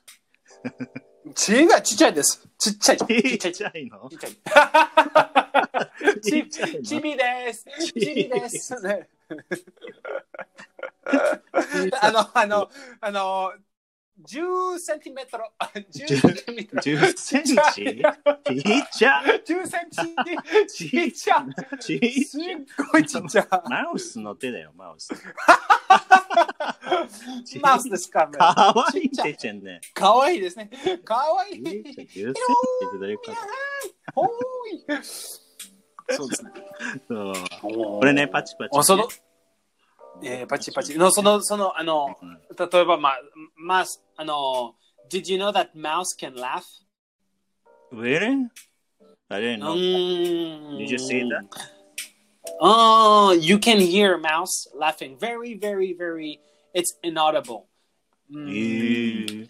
ちっちゃいです。ちっちゃい。ちっち
ち
ゃ
っ
い。
ちゃいの
ちっちゃい。
ちっちゃい
ち
の
ちびです。ちびです。ね [laughs] あの、あの、あの、10センチメートル、 [laughs] あ10センチメートル。
10センチちっちゃ
10センチちっちゃ
ちっ
い。す
ちゃ
っごいちっ [laughs] ちゃい。
マウスの手だよ、マウス。
マウスですかね。
かわいい手ちゃんね。
かわいいですね。かわいい。
10センチってどういうこ
皆さんほーい。そうですね。
とそう
こ
これね、パチパチね。
その、えー、パチパチ。の、その、その、あの、例えば、まあ、マス、あの、Did you know that mouse can laugh?
Really? I didn't
う
know.
ーん
Did you see that?
Mm. Oh, you can hear mouse laughing. Very, very, very, it's inaudible. Mm. う
え
ん
ー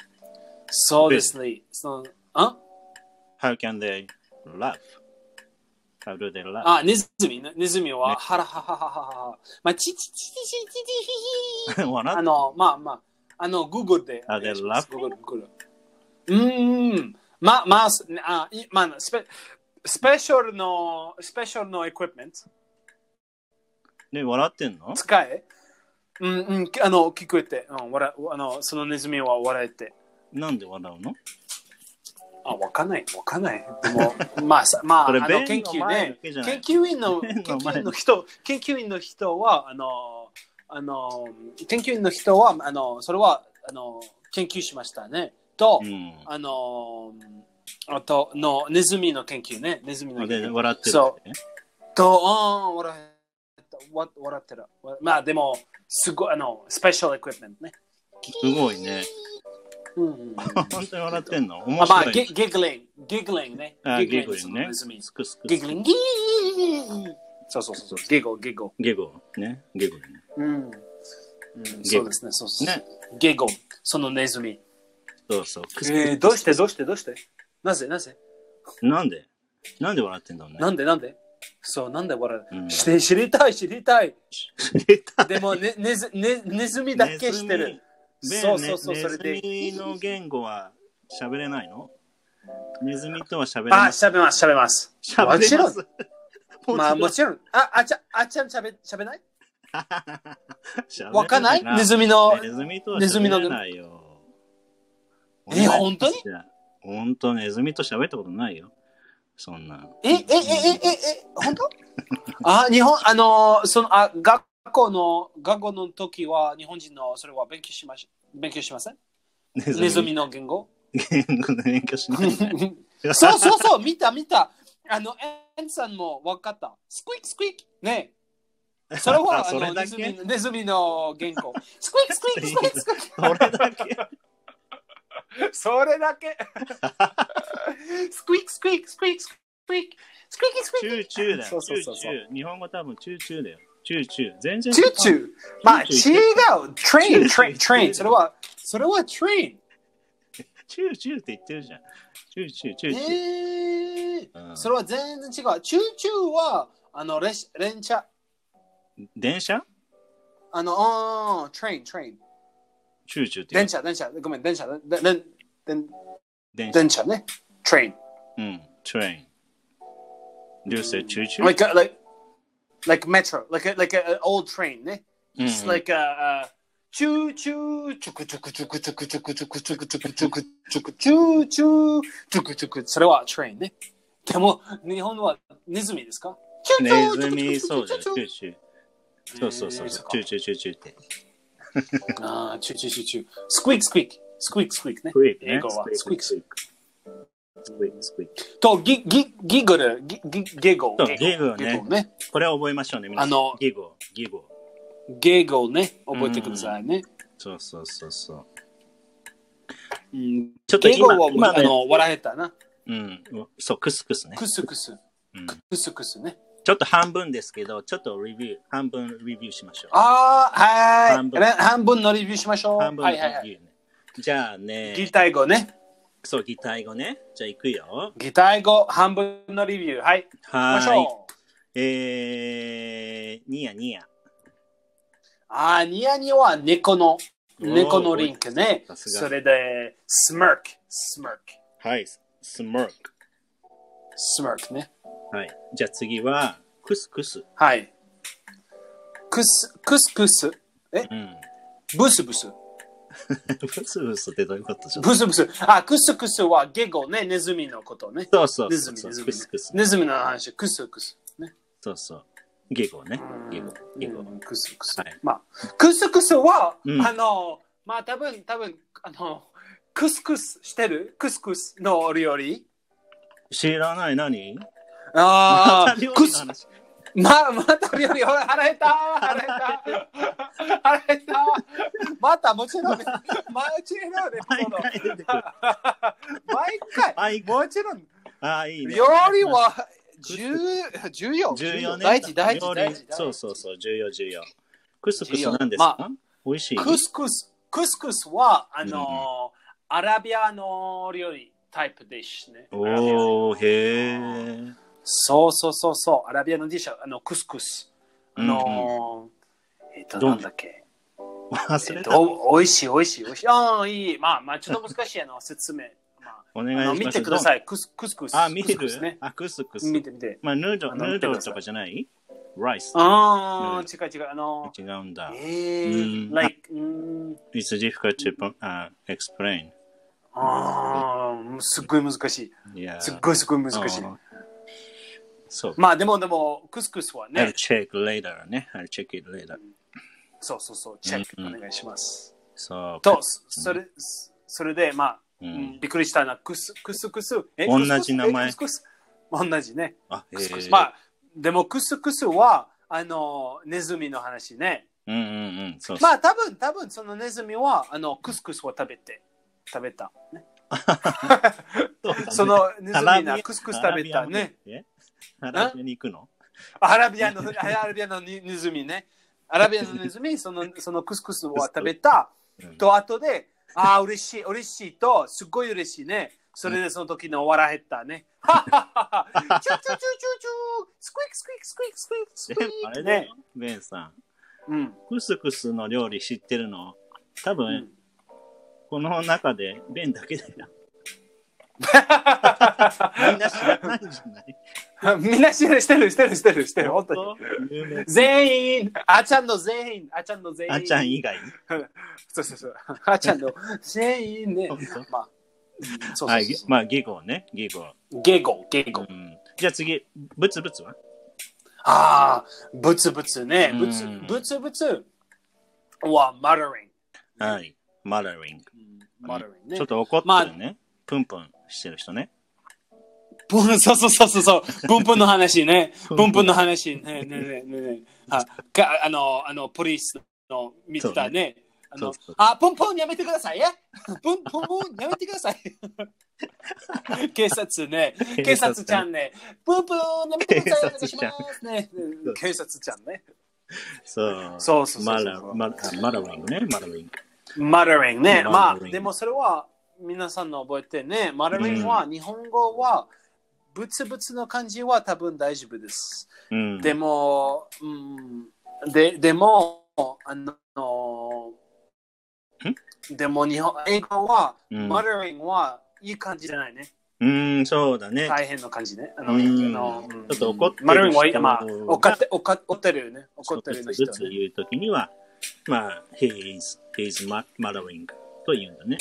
そうですね。その、あ
How can they laugh? How do they laugh?
あ、ネズミ、ネズミは、
ね
ハラハハハハハ。まあ、チチチチチチチヒヒ。
笑
あ
っ
の、まあまあ、あの、Google で。
あで Laugh？
Google Google うーん。ま、まあ、すあ、いまあ、スペ、スペシャルの、スペシャルのエクイプメント
ね、笑ってんの
使え。うんうん、あの、聞こえて、うん、笑あの、そのネズミは笑えて。
なんで笑うの
あ、わかんない、わかんない。でも、まあ、さまあ、あ
これ
の、
弁の
研究
前
ね
だ。けじゃない
研究員
[laughs]
の、研
弁の前
究員の人、研究員の人は、あの、あの、研究員の人は、あの、それは、あの、研究しましたね。と、
うん。
あのー、あとのネズミの研究ね、ネズミの研
で、
究。
笑ってる
そ
ってね。
と、あー笑ったわ笑ってる。わまあでも、すごい、あの、スペシャルエクイプメントね。
すごいね。
うんうんう
[laughs]
ん、
本当に笑ってんの
ま
面
あ、まあ、
白い
ギ
ね。
ギグリング、ギグリングね。
あ、ギグ
そ
ル
の
ね
ネズ。ミ
すくすく。
ギグリング、ギーそうそうそうそう、ギゴ、ギゴ。
ゲゴ。ね。ゲゴね。
うん。うん、そうですね、そうそう。
ね。
ゲゴ、そのネズミ。
そうそう。くすく
えー、どうして、どうして、どうしてなぜ、なぜ
なんでなんで笑ってんだろうね。
なんで、なんでそう、なんで笑う、
うん
して知りたい、知りたい。
出た
でもね、ねず、ね、ネズミだけしてる。
ネズミ
そうそうそう、
ね
それで
ネ。ズミの言語は喋れないのネズミとは喋れ
あ
な、い。
しゃべます、しゃべます。
喋れま
も
す。 [laughs] もちろん。
まあ、もちろん。あ、あちゃ、あちゃんしゃべ、しゃべない
喋れ
わかんないネズ
ミ
ミの。
ネズミとは
ネズミの
喋れないよ。
え本当に
本当ネズミと喋ったことないよ。そんな。
え、え、え、え、え、え、本当 [laughs] あ、日本、あのー、その、あ、学校の、学校の時は、日本人の、それは勉強しまし、勉強しませんネ
ネ
ズミの言語。
言語で勉強しないね。
[laughs]
[laughs]
そうそうそう、見た見た。あの、エンさんも分かった。スクイックスクイック。ねえ。それは
あ
あ
[laughs] そ
の
れ
ネ
だ
ズ
け
ミネズミの原稿。スクイックスクイックスクイックスクイッ
俺だけ。 [laughs]
ク。それだけ。 [laughs] スクイックスクイックスクイックスクイック。スクイックス
チ
クイッ
ューチューだ
[laughs]
よ。
そうそうそうそう
チューチュー日本語多分チューチューだよ。チューチュー。全然
ク。
違
チュ
う。
ーチュー。まあ違
チューチュ
う。トレイン、
チ
ト
ュ
レイ
ー
ン、
チ
ト
ュー
レイン。それは、それはトレイン。
チューチューって言ってるじゃん。チューチュー、チュー
Eh.
チュー。
ええ
う。ん
それは全然違う。チューチューは、あの、列車、連車。
電車
あの、うんトレイン、トレイン。
チューチューって言う
電車、電車。ごめん、電車。ででで
電車。
電車ね。train。
うん。トレイン。Do you say チューチュー
Like a, like like metro. Like a, like a, an old train ね。
うん
It's like a, a チューチューチュクチュクチュクチュクチュクチュクチュクチュクチュクチュクチューチューチュクチュクそれは train ね。でも日本はネズミですか？
ネズミ、そうじゃん。チュー
ね。
チュー。そうそうそう。チューチューチューチューって。
ああ、チュチュチュチュ。スクイックスクイック。スクイックスクイックね。
クイック
英
ね
語は。。スクイックスクイッ
イック。スクイック、スクイック。
ク。と、ギ、ギ、ギグル、ギ、ギ、ゲゴ
そう。ギグルね
ゲゴね。
これは覚えましょうね、皆さん。
あの
ギゴ、ギゴ。
ゲゴね。覚えてくださいね。
そうそうそうそ
う
う。
ん。
ちょっと
ゲゴ
今、
はもう、
今
あ
の、
の、笑えたな。
うん、そう、クスクスね。
クスクス。
うん
クスクスね。
ちょっと半分ですけど、ちょっとレビュー、半分レビューしましょう。
ああ、はい。
半
半
分
分のレビューしましょう。
半分
は
の
い
レ
はいはい。
ビューね。じゃあ
擬
ね、
態語ね。
そう、擬態語ね。じゃあ行くよ。
擬態語、半分のレビュー。はい。行き
は
まし
ーい。
ょう。
えー、ニヤニヤ。
ああ、ニヤニヤは猫の、猫のリンクね。
さす
そ
が。
れで、スマーク、スマーク。
はい、スモーク。
スマークね。
はい。じゃあ次は、クスクス。
はい。クス、クスクス。
[laughs] うん。
ブスブス。
ブスブスってどういうことじゃ
ブスブス。あ、クスクスはゲゴね。ネズミのことね。
そうそう
ネズミ、
そ
ネ
う
ズ
そう。
ミ
クスクス。
ね。ネズミの話。クスクス。ね。
そうそう。ゲゴね。ゲゴ。ゲゴ。
うんクスクス。
はい
まあ、クスクスは、
うん
あの、まあ、多分、多分、あの、クスクスしてるクスクスのお料理
知らない何
あ
ま
あ
た料理、の
クス、
話
ま、また料理、ほら、腹減った腹減
[laughs]
った腹減ったまた、もちろんね、もちろんね、
毎
この
回出てくる。
毎回、
毎回。
もちろん、
ああ、いいね。
料理は重重要、
重要ね。
大事、大
料
事、
理
大事。
そうそうそう、重要、重要。クスクスなんです
重
か美味しい
クスクス、クスクスは、あのーアラビアの料理タイプディッシュね。
おー、へー。
そうそうそうそう、アラビアのディッシュ、あの、クスクス。あのーえっと、
どん
なんだっけ。
忘
え
れ。
った
お
と、おいしい、おいしい、おいしい。ああ、いい。まあ、まあ、ちょっと難しいあの説明。まあ、あ
願
の
いし
見
ます。
てください。クスクスクス。
あ、見
クス
る
クスね。
あ、クスクス。
見て見て。
まあ、ヌード
あ
ル、ヌ
の
ードルとかじゃないライス。
あ
うん
あ、違う違う。あの
違うんだ
ー、。え
う
ー、
ん
like、うーん。
It's difficult to pro- あ explain.
ああ、すっごい難しい。
いやー。
すっごいすっごい難しい。
うんそう。
まあでもでも、クスクスは
I'll
ね、
check later ね。I'll check it later.
そうそうそう、チェック
うん
お
うん
願いします。
そう。
と、それ、それで、まあ、
う
うんんびっくりしたな、クスクスクス。え
同じ名前
クスクスえクスクス同じね。
あ、へ
クスクス
ー
まあ、でもクスクスは、あの、ネズミの話ね。
うんうんうん。そうそう
まあ、多分、多分、そのネズミは、あの、クスクスを食べて、食べた。ね、
そうだね
そのネズ
アラ
ミ
ビア
なクスクス食べたね。。
アラビアに行くの
アラビアの、アラビアのネズミね。アラビアのネズミ、その、そのクスクスは食べた。
うん
と、後で、ああ、嬉しい、嬉しいと、すっごい嬉しいね。それでその時の笑えたね。はっはっはチュチュチュチュチュスクイックスクイックスクイックスクイックスクイ
[laughs] あ
ック
れね。、ベンさん。
うん。
クスクスの料理知ってるの多
う
分
ん、
この中でベンだけだ
[laughs]
よ。みんな知らないんじゃない
みんな知ってる、してる、してる、してる、してる、本当に。
本当有名
全員、あちゃんの全員、あちゃんの全員。
あちゃん以外。
そうそうそう。あちゃんの全員ね
本当。
まあ、うんそう
は
そう
い
そう。。
まあ、ギゴね。ギゴ。
ゲゴ、ゲゴ。
うんじゃあ次、ブツブツは
ああ、ブツブツね
う。ん
ブツ、ブツブツは、マダリン
はい。マラリング。
グ。マダリングね
ちょっ。と怒ってるね。プンプンしてる人ね。
ブン、そうそうそうそうそう。ブンブンの話ね。
ブン
ブンブンの話ね。ねねねね。あ、かあの、あの、ポリスの見てたね。あ
そう
の
そう
あ、ポンポンやめてください。えポンポンポンやめてください。警察ね。警察ちゃんね。ポンポンやめてください。お願いしますね。
そう
警察ちゃんね。
そう。
そうそうそう
マ
そう
ラマラマラリングね。マラリング。
マダリングね。まあ、
muttering
でもそれは皆さんの覚えてね。マダリングは日本語はブツブツの漢字は多分大丈夫です。
うん。
でも、うん、ででも、あの、でも日本英語は、
うん
マダリングはいい感じじゃないね。
うん、そうだね。
大変な感じね。あの、
うん
あのうん
ちょっと怒ってる人
マダリングはいい、まあ、
が
怒って怒って怒ってるよね。怒ってるような
ブツブツ
人ね。
言うときには、まあ、he is, he is ma- muttering と言うんだね。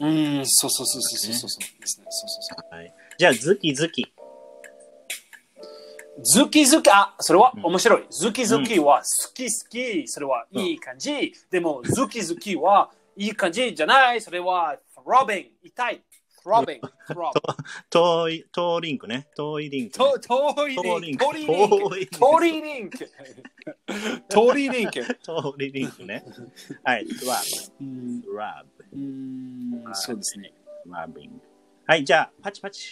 うん、そうそうそうそうそうそうそうですね。そうそうそう。
はい。じゃあ、ズキズキ。
ズキズキ、あ、それは
うん
面白い。ズキズキは好き好き、それはいい感じ。でも、ズキズキはいい感じじゃない。それは、throbbing、痛い。throbbing、throb。
遠い、遠リンクね。遠いリンクね、
と遠い
遠い
リ
リ
ン
ン
ク。
ク
遠いリンク。
遠いリ
遠いリ
ンク
ンク。遠いリンク。
遠いリンクね。はい、ラ
うん
ブ、ラ
うんそうですね。
ブ、ラブリング。はい、じゃあ、パチパチ。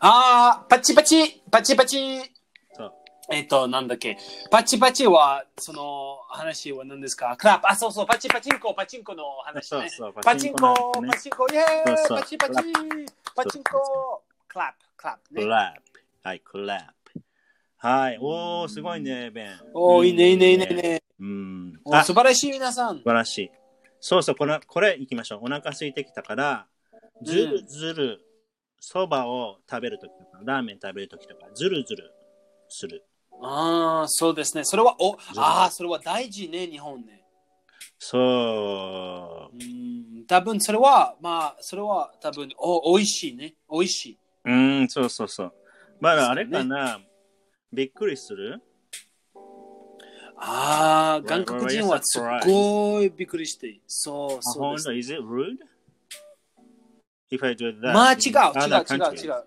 あー、パチパチパチパチ
そう
えっと、なんだっけパチパチは、その話は何ですかクラップ。あ、そうそう、パチパチンコ、パチンコの話
そ
ね
う。そう、
パチンコ、
の
パ
ね。
チンコ、イェーイ
そうそう
パチパチ
クラ
パチンコクラップ、クラップ
ク
ね。
ラップ。はい、クラップ。はい、おー、すごいね、ベン。
おー、いいね、いいね、いいねいいね。
うん。
お
あ、
素晴らしい、皆さん
素。晴らしい。そうそう、これ、これ行きましょう。お腹空いてきたから、ずるずる、そばを食べるときとか、ラーメン食べるときとか、ずるずるする。
ああ、そうですね。それは、お、
ずる
ああ、それは大事ね、日本ね。
そう
ーん、多分それは、まあ、それは多分、お、美味しいね。美味しい。
う。うん、そうそうそう。まだあれかな、びっくりする
ああ、
Right,
韓国人はすっごいびっくりして。そう
あ
そう
本
です
当 Is it rude? If I do that,
まあ違う、違
in
う
other、
違う、
countries.
違う。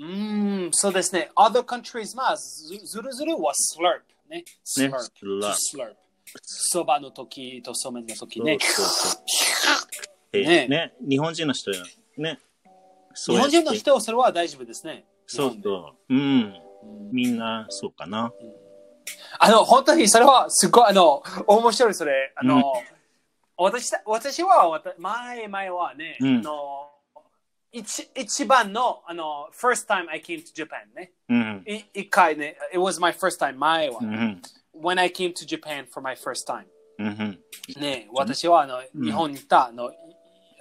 うーん、そうですね。other countries, まあ、ずずるずるは slurp ね。slurp
ね。。
to
slurp
slurp。そばの時とそうめんの時ね。
そうそうそう
ね
ねね、日本人の人よ。ね。
日
日
本人の人はそれは大丈夫ですね。
そう
日本
そう。うん。
で
みんな、そうかな。
あの、本当にそれはすごい、あの、 [laughs] 面白い、それ。あの、私た私は、わた前、前はね、
うん
あの、一一番の、あの、first time I came to Japan ね。
うん。
い一回ね、it was my first time, 前は。
うん。
when I came to Japan for my first time.
うん。
ね、私はあの、
うん
日本にいた、あの、い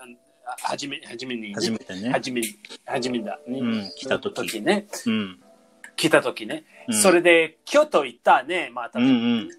あのあ初め、初めに、ね、
初めてね。
初め、初めだ、ね
うん来た時
ね。
うん。
来た時ね。
うん
それで、京都行ったね、また、
うんうん。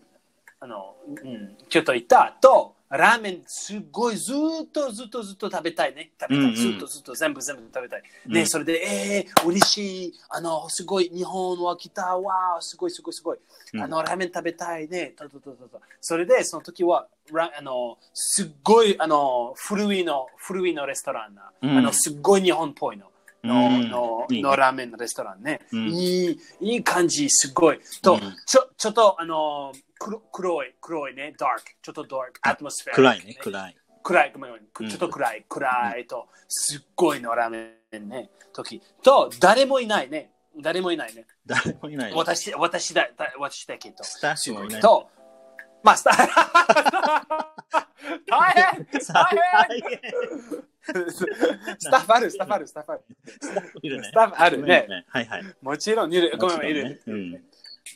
あの、うん、京都行ったと、ラーメンすっごいずーっとずっとずっと食べたいね。食べたい。
うんうん
ずっとずっと全部全部食べたい。
う
ね、
ん
それで、えー、嬉しい。あの、すごい、日本は来た。わー、すごいすごいすごい。
うん
あの、ラーメン食べたいね。ととととと。それで、その時は、ラあの、すっごい、あの、古いの、古いのレストランな。
うん
あの、すっごい日本っぽいの。の、
うん
の
いいね
のラーメンのレストランね、
うん
いいいい感じすごいと、
うん
ちょちょっとあの黒黒い黒いねダークちょっとダーク
あ
アトモスフェア
暗いね、暗い。
暗いごめんごめんく
うん
ちょっと暗い、暗いとすっごいのラーメンね時と誰もいないね誰もいないね
誰もいない。
私私だだ私だけと
スタッフもいない。
とマスタ
[laughs]
ー大変
最
大変スタッフあるスタッフあるスタッフある
いるね
ス。タッフあるね。
はいはい。
もちろんいるごめんごめんいる、
ね。うん。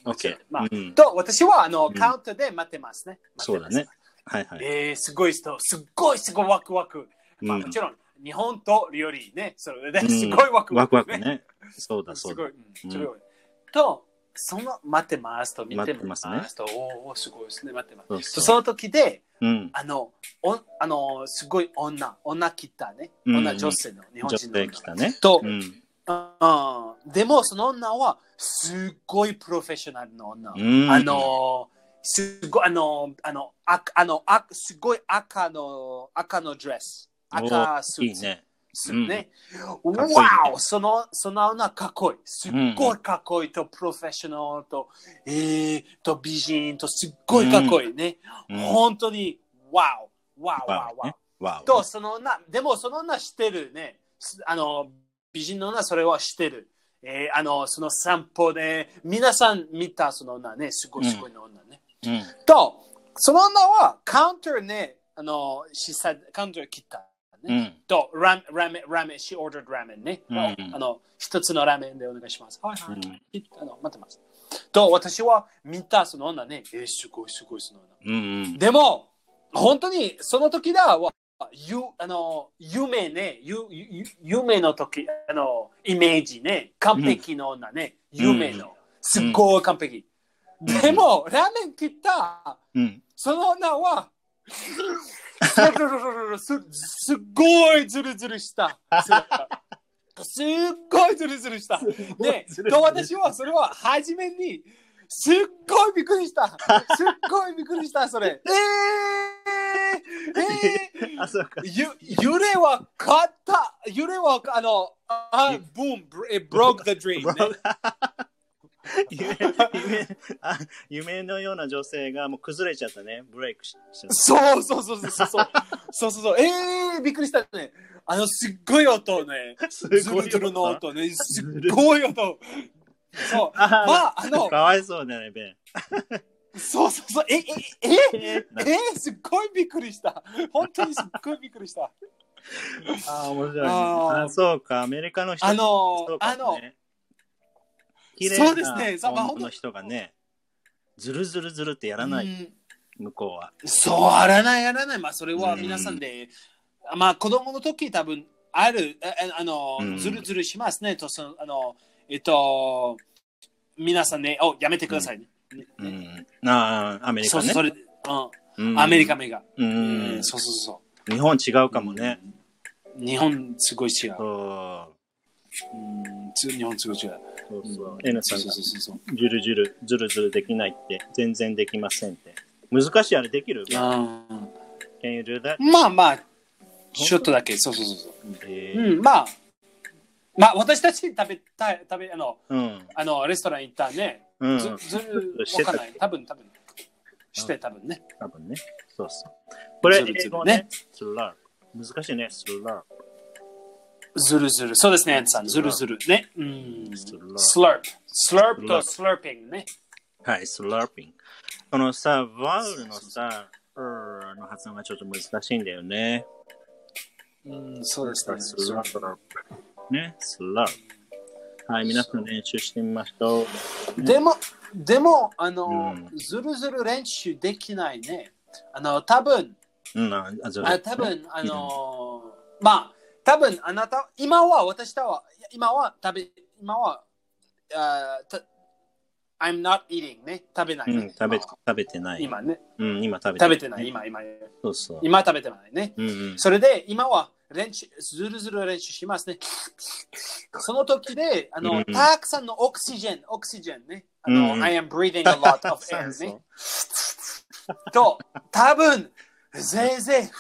オッケー。
まあ
うん
と、私はあの、
ん
カウントで待ってますね。
そうだね。はいはい。
えー、すごい人、すっごいすごいワクワク。まあ、
うん
もちろん、日本と料理ね、それで
うん
すごいワクワ
ワ
ク、
クワク。ね。そうだそ
す
うだ
ごい。。うんすごいと、その待ってますと見て
待って
ま
ますすね
と、おーおー、すごいですね、待ってます。
そう
そ
そう。
の時で、
うん。
あの、おあのすごい女、女来たね、
うん
女女性の日本
女
人の
性
女
来たね。
と、
うん。
あーでもその女はすっごいプロフェッショナルの女。
うん
あのーすっごいあのーあのああのあすごい赤の赤のドレス赤ス
い
ー
い
ツ
ね。
スーツね。
かっこいいね
わおそのその女かっこいい。すっごいかっこいいとプロフェッショナルとえー、と美人とすっごいかっこいいね。
うん
本当にわおわおわおわお。
わお。
と、その女、でもその女してるね。すあの、美人の女、それはしてる。えーあの、その散歩で、皆さん見たその女ね、すごいすごいの女ね。
うん。
と、その女はカウンターね、あの、she said, カウンター切った、
う
ね。
ん。
と、ラーメン、ラーメン、she ordered ラーメンね。
うん
あの、一つのラーメンでお願いします。はいは
う
い。
ん
あの、待ってます。と、私は見たその女ね、えーすごいすごいその女。
うんうん。
でも、本当にその時だは、ゆあの夢ねゆゆ夢の時あのイメージね、完璧の女ね、
うん
夢の、すっごい完璧。でも、ラーメン切った、
うん。
その女は、すすすっごいズルズルした。すっごいズルズル
[laughs]
した。で、と私はそれは初めに、すっごいびっくりした。すっごいびっくりした、それ。えー、えー、
あ、そうか。
ゆ揺れは勝った揺れはあのあブーンブ it broke the dream ね、
夢夢あ夢のような女性がもう崩れちゃったね。ブレイクししちゃっ
そうそうそうそうそうそうそうそうそうえー、びっくりしたねあのすっごい音ね
た。す
ズルズルの音ねすっごい音そう
あ
まああの
かわいそうだね、ベン。
そうそうそうえええええすっごいびっくりした本当にすっごいびっくりした
ああ、面白い、ね。
あー
あそうか、アメリカ [laughs] の人
あの
そうか
あ
ね
の
綺麗
そうですねそうまあ
な女の人がね、ずるずるずるってやらない、
うん
向こうは。
そう、あらない、あらない。まあ、それは皆さんで、まあ、子供の時多分、ある、ああの
う、ん
ずるずるしますね。とそのあの、えっと、皆さんね、お、やめてくださいね。
うん、ああ、アメリ
そ
カ
う、
ね。
それ、う
うん
ん、アメリカ目が。
う、
うんん、そうそうそ
日本違う
う。
かもね。
うん。日本、すごい違う。
そう
うん、つ日本、すごい違う。
そうそうう。
ん
N さ
そうんそう
が
そうそう。
ジュルジュル、ズルズルできないって、全然できませんって。難しいあれできる
あ
?Can you do
ー
that?
まあまあ、ちょっとだけ、そうそうそうそう。
えー
うん、まあ、まあ、私たち食べたい、食べ、あの、
うん。
あの、レストラン行ったね。
うん。
ず、ず、
して
わ
た
かんない。多分、多分。して、多分ね。
多分ね。そうそう。これ、
ズルズルね
英語ね。スラー。難しいね。スラ
ずるずる。そうですね、アンさん。ずるずる。ね。うん。
ー。スラー。
スラープ。スラープ
slurp
とスラーピングね。
はい、スラーピング。このさ、バウルのさ、うーの発音がちょっと難しいんだよね。
うん、そうですね。
スラープ。ね、スラープ。はい、皆さん練習してみましょう。
でも、でも、あの
う、
ずるずる練習できないね。あの、多分、
うん、あ、あそう
あ多分、あの、まあ、多分、あなた、今は、私とは、今は、食べ、今は、あーた I'm not eating ね。食べな
う
いね。
ん、食べ、食べてない。
今ね。
うん、今食べて
食べてない、今、今、
そうそう。
今食べてないね。
うんうん。
それで、今は練習、ずるずる練習しますね。その時で、あ
う
の、
ん
たくさんのオクシジェン、オクシジェンね。あ
う
の、
んうん
I am breathing a lot of
[laughs] そ
air
うそう
ね。と、多分、ぜいぜ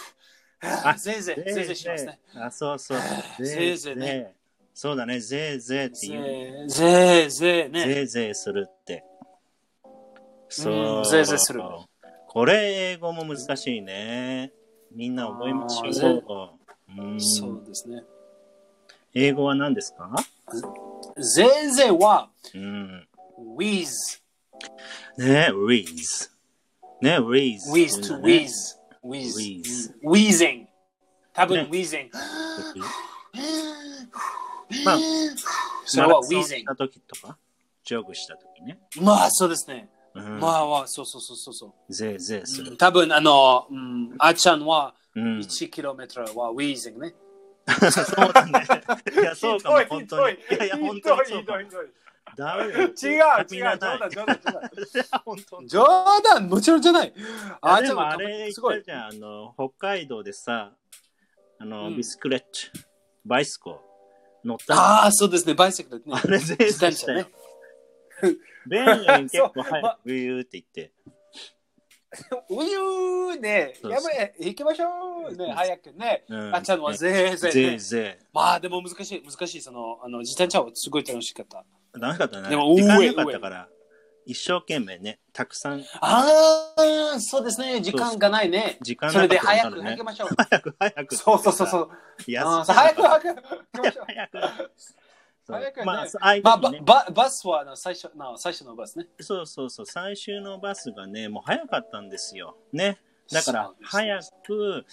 あ
い、ぜいぜい、ぜいぜいしますね。
あ、そうそう。
ぜいぜいね。
そうだね、ぜいぜいって言う。
ぜいぜいぜいね。
ぜいぜいするって。
うんぜいぜいする
これ、英語も難しいね。みんな覚えまし
あーぜ
ょう。うん
そうですね。
英語は何ですか
ぜいぜいは、
うん。
wheeze,
ね、wheeze。ね、wheeze。
wheeze to
みんなね
wheeze, wheeze,
Wheeze
wheezing. 多
ね
分 wheezing.
まあ
それは
マラソン
wheezing
した時とか、ジョグした時ね。
まあそうですね。
うん
まあまあそうそうそうそうそ
ぜいぜいうす
う
る
ん。。多分あの、うん、あっちゃんは
うん。
1キロメートルはウィーズンね。
[laughs] そうだね。いや、そうかも、本当に。いやいや、本当にそうかも。
どい。
ダメだ
違う違
よみん
う
な
冗
ない
談冗談冗談。
いや本当に
冗談もちろんじゃない。あっ
で
ちゃん
も
は
あれ
すご
言っ
い
た。じゃん、あの、北海道でさ、あの、
うん
ビスクレッチ、バイスコ、乗ったの。
ああそうですね。バイセクルね。
あれ、全然
自転車ね。
ベンより結構
そう
早
ま
く、ウィーって言って。
うゆーね。やばい。行きましょうね。早くね。
うん
あっちゃんはぜーぜー
ぜ
ね
い。ぜ
まあでも難しい。難しい。その、あの、自転車はすごい楽しかった。
い。長かったね。
でも
時間
うえ
なかったから、一生懸命ね、たくさん
ああ、そうですね。時間がないね。
時間
それ
なか
で
った
早
か
く
ら
行
ね
き。ましょう。
早く早く。。
そうそうそうそうう。
安
あー
く
早く早く行きましょう。
早く。
早くね
まあ、相
まあ、
手に
ば
ね、
ばバスはあの最初の最初のバスね。
そうそうそう、最終のバスがね、もう早かったんですよ。ね。だから
そう、です
早く、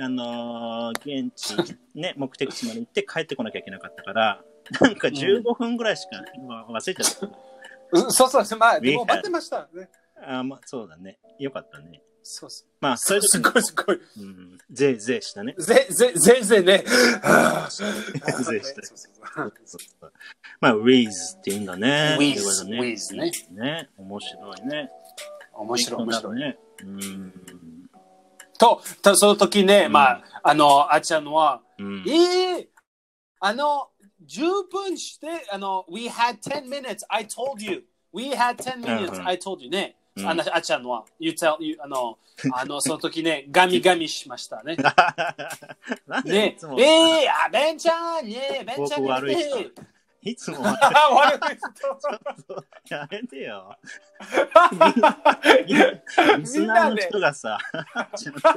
あのー現地、ね、 [laughs] 目的地まで行って帰ってこなきゃいけなかったから、なんか15分ぐらいしか、まあ忘れちゃった。
うそうそうまあ、
We
でも待ってましたね。
あーまあ、そうだね。よかったね。
そうそ。
まあ、そうれです
ごいすごい。
うん、ぜいぜいしたね。
ぜぜぜぜね。あー
ぜいした
そうそう
そうそうまあ、ウィーズって言うんだね。
Wheeze
ってことね
Wheeze ね。
ね。面白いね。
[laughs] 面白い面白い。
ね。うん。
と、とその時ね、
うん
まあ、あの、あちゃんは、
うん
ええあの、 10分して、あの、We had 10 minutes, I told you. We had 10 minutes,
うん
I told you ね。
うん
あのあっちゃんのは、you tell, you, あ
[laughs]
の、あの、その時ね、ガミガミしましたね。
[laughs] なんでい
ね
つも、
ええあ、ベンちゃんねえ、ベンちゃん
僕悪い人
ね
いつも
[laughs] あ悪い
やめて
[laughs]
よ。
人。
リスナーの人がさ、ちゃんと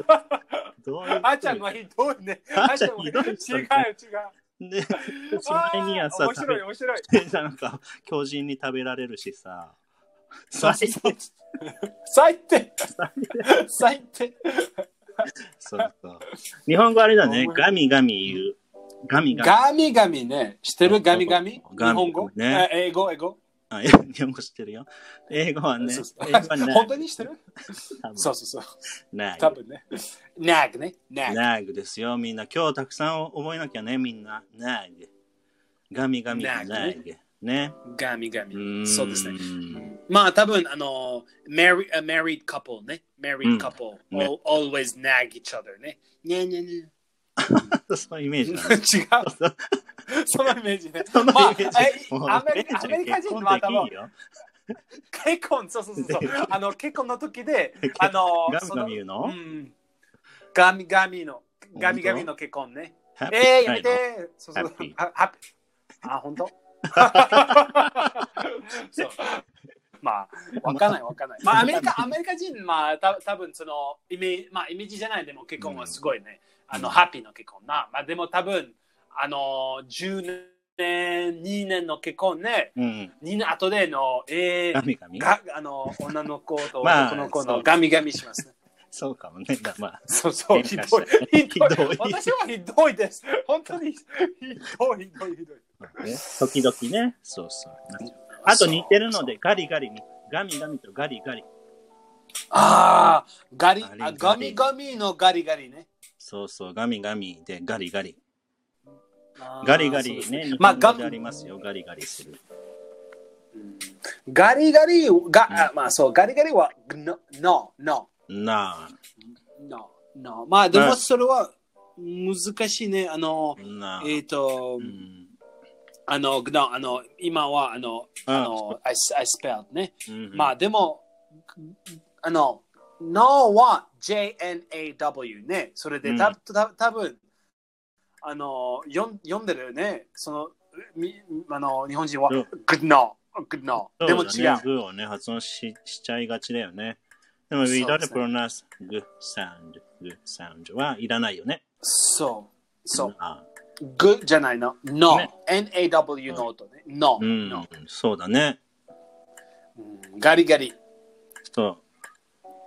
どういう
あっちゃんのはひどいね。あ
あ
っ
っ
ち
ち
ゃ
ゃ
ん
ん
は違
はひ
う
ど
違
いう人。で、しまいには
あー
さ、
面白い面白い。
食べなんか、巨人に食べられるしさ、
そう
最
そう
低
そう最低最低
そうそう。日本語あれだね
お、前
ガミガミ言う。ガミガミ。
ガミガミね。知ってるガミガミ日
ガミガミ
本
ね
語、え英語、英語。
あ、え日本語知ってるよ。英語はね、
そうそう
英語は
[laughs]
ね、
本当に知ってる
多分
そうそうそう。
ない。
多分ね。ナグね。ナグ。
ナーグですよ、みんな。今日たくさん覚えなきゃね、みんな。ナーグ。ガミガミ
ナ
ナ
ーグ
ーグ。ね。
ガミガミ。そうですね。
ね。
まあ多分あの、married, a married couple ね。
う
married
ん
couple、
ね
al- always nag each other ね。ねえねえね
[laughs]
え。
そのイメージ
違う
なんです。。
[laughs] そのイメージね。
そのイ
まあ、
メージ。
え
もう
アメリカアメリカ人の頭
結婚できんよ
結婚、そうそうそうそう
で。
あの結婚の時
[laughs]
で、あの、
ガミ
そ
ガ
の
ミ言うの
うんガミガミの、ガミガミの結婚ね。
ハッピー
えー、やめ
ない
てそうそう
ハッピー
あハッピーあ、本
[laughs]
当そうまあ、わかんないわかんない。まあ、アメリカアメリカ人、まあ、た多分そのイメージ、まあ、イメージじゃないでも結婚はすごいね。あの、ハッピーの結婚な。まあ、でも多分、あの、10年、2年の結婚ね。
のうん。
2年後での、え
ガ
ー、
ミガミ
があの、女の子と
まあ
男の子
そ
の
う
ガミガミしますね。
そうかもね。まあ、
そうそう、ひ
喧
ど
嘩
い
したね。
ひどい
ひどい
私はひどいです。本当にひどい、ひどい、ひどい。
ね時々ね。そうそう。あと似てるので、ガリガリに。ガミガミとガリガリ。
そう。ああ、ガリ、あガ
ガ
ミ
リ
ガミのガリガリね。
そうそう、ガミガミでガリガリ。
あー
ガリガ
そうで
リ
すね
ね、日
まあ
本
ガ
語
ミ
でありますよ、ガリガリする。
うんガリガリが、あまあそう、ガリガリは、no, no, no,
な
no, no. まあでも
ね
それは難しいね。あの
あ、、なあ。
えっ、と
う、ん
あの、no, あの、今は、あの、あの、I, I spelled ね。
うん
まあでも、あの、No は JNAW ね。それでた、
うん
た多分あの読ん読んでるよね。そのみあの日本人は
うん
Good No。Good No。
そ
で
うだ
も
ね
違う。
グをね、発音ししちゃいがちだよね。でも、we
そうで
don't
すね
pronounce good sound, good sound はいらないよね。
そう。そう。
あ
Good じゃないの。No。
ね
NAW の音ね。No、
うん、
no
そうだね。
うんガリガリ。
そう。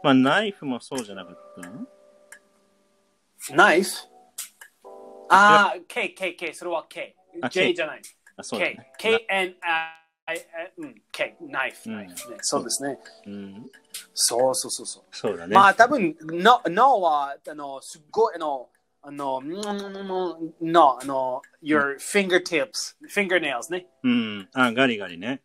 まあ、ナイフもそうじゃなかった
ナイフああ、K、K、K。それは K。
あ
J
K
じゃない。
あ、そうだ
K
ね。、
K、N、I、うん、K、ナイフ、
うん
ナイフね。そうですね。
うん、
そうそうそうそう。
そうだね。
まあ多分、の、のは、あの、すっごい、あの、あの、の、あの、your fingertips、fingernails ね。
うん。あ、ガリガリね。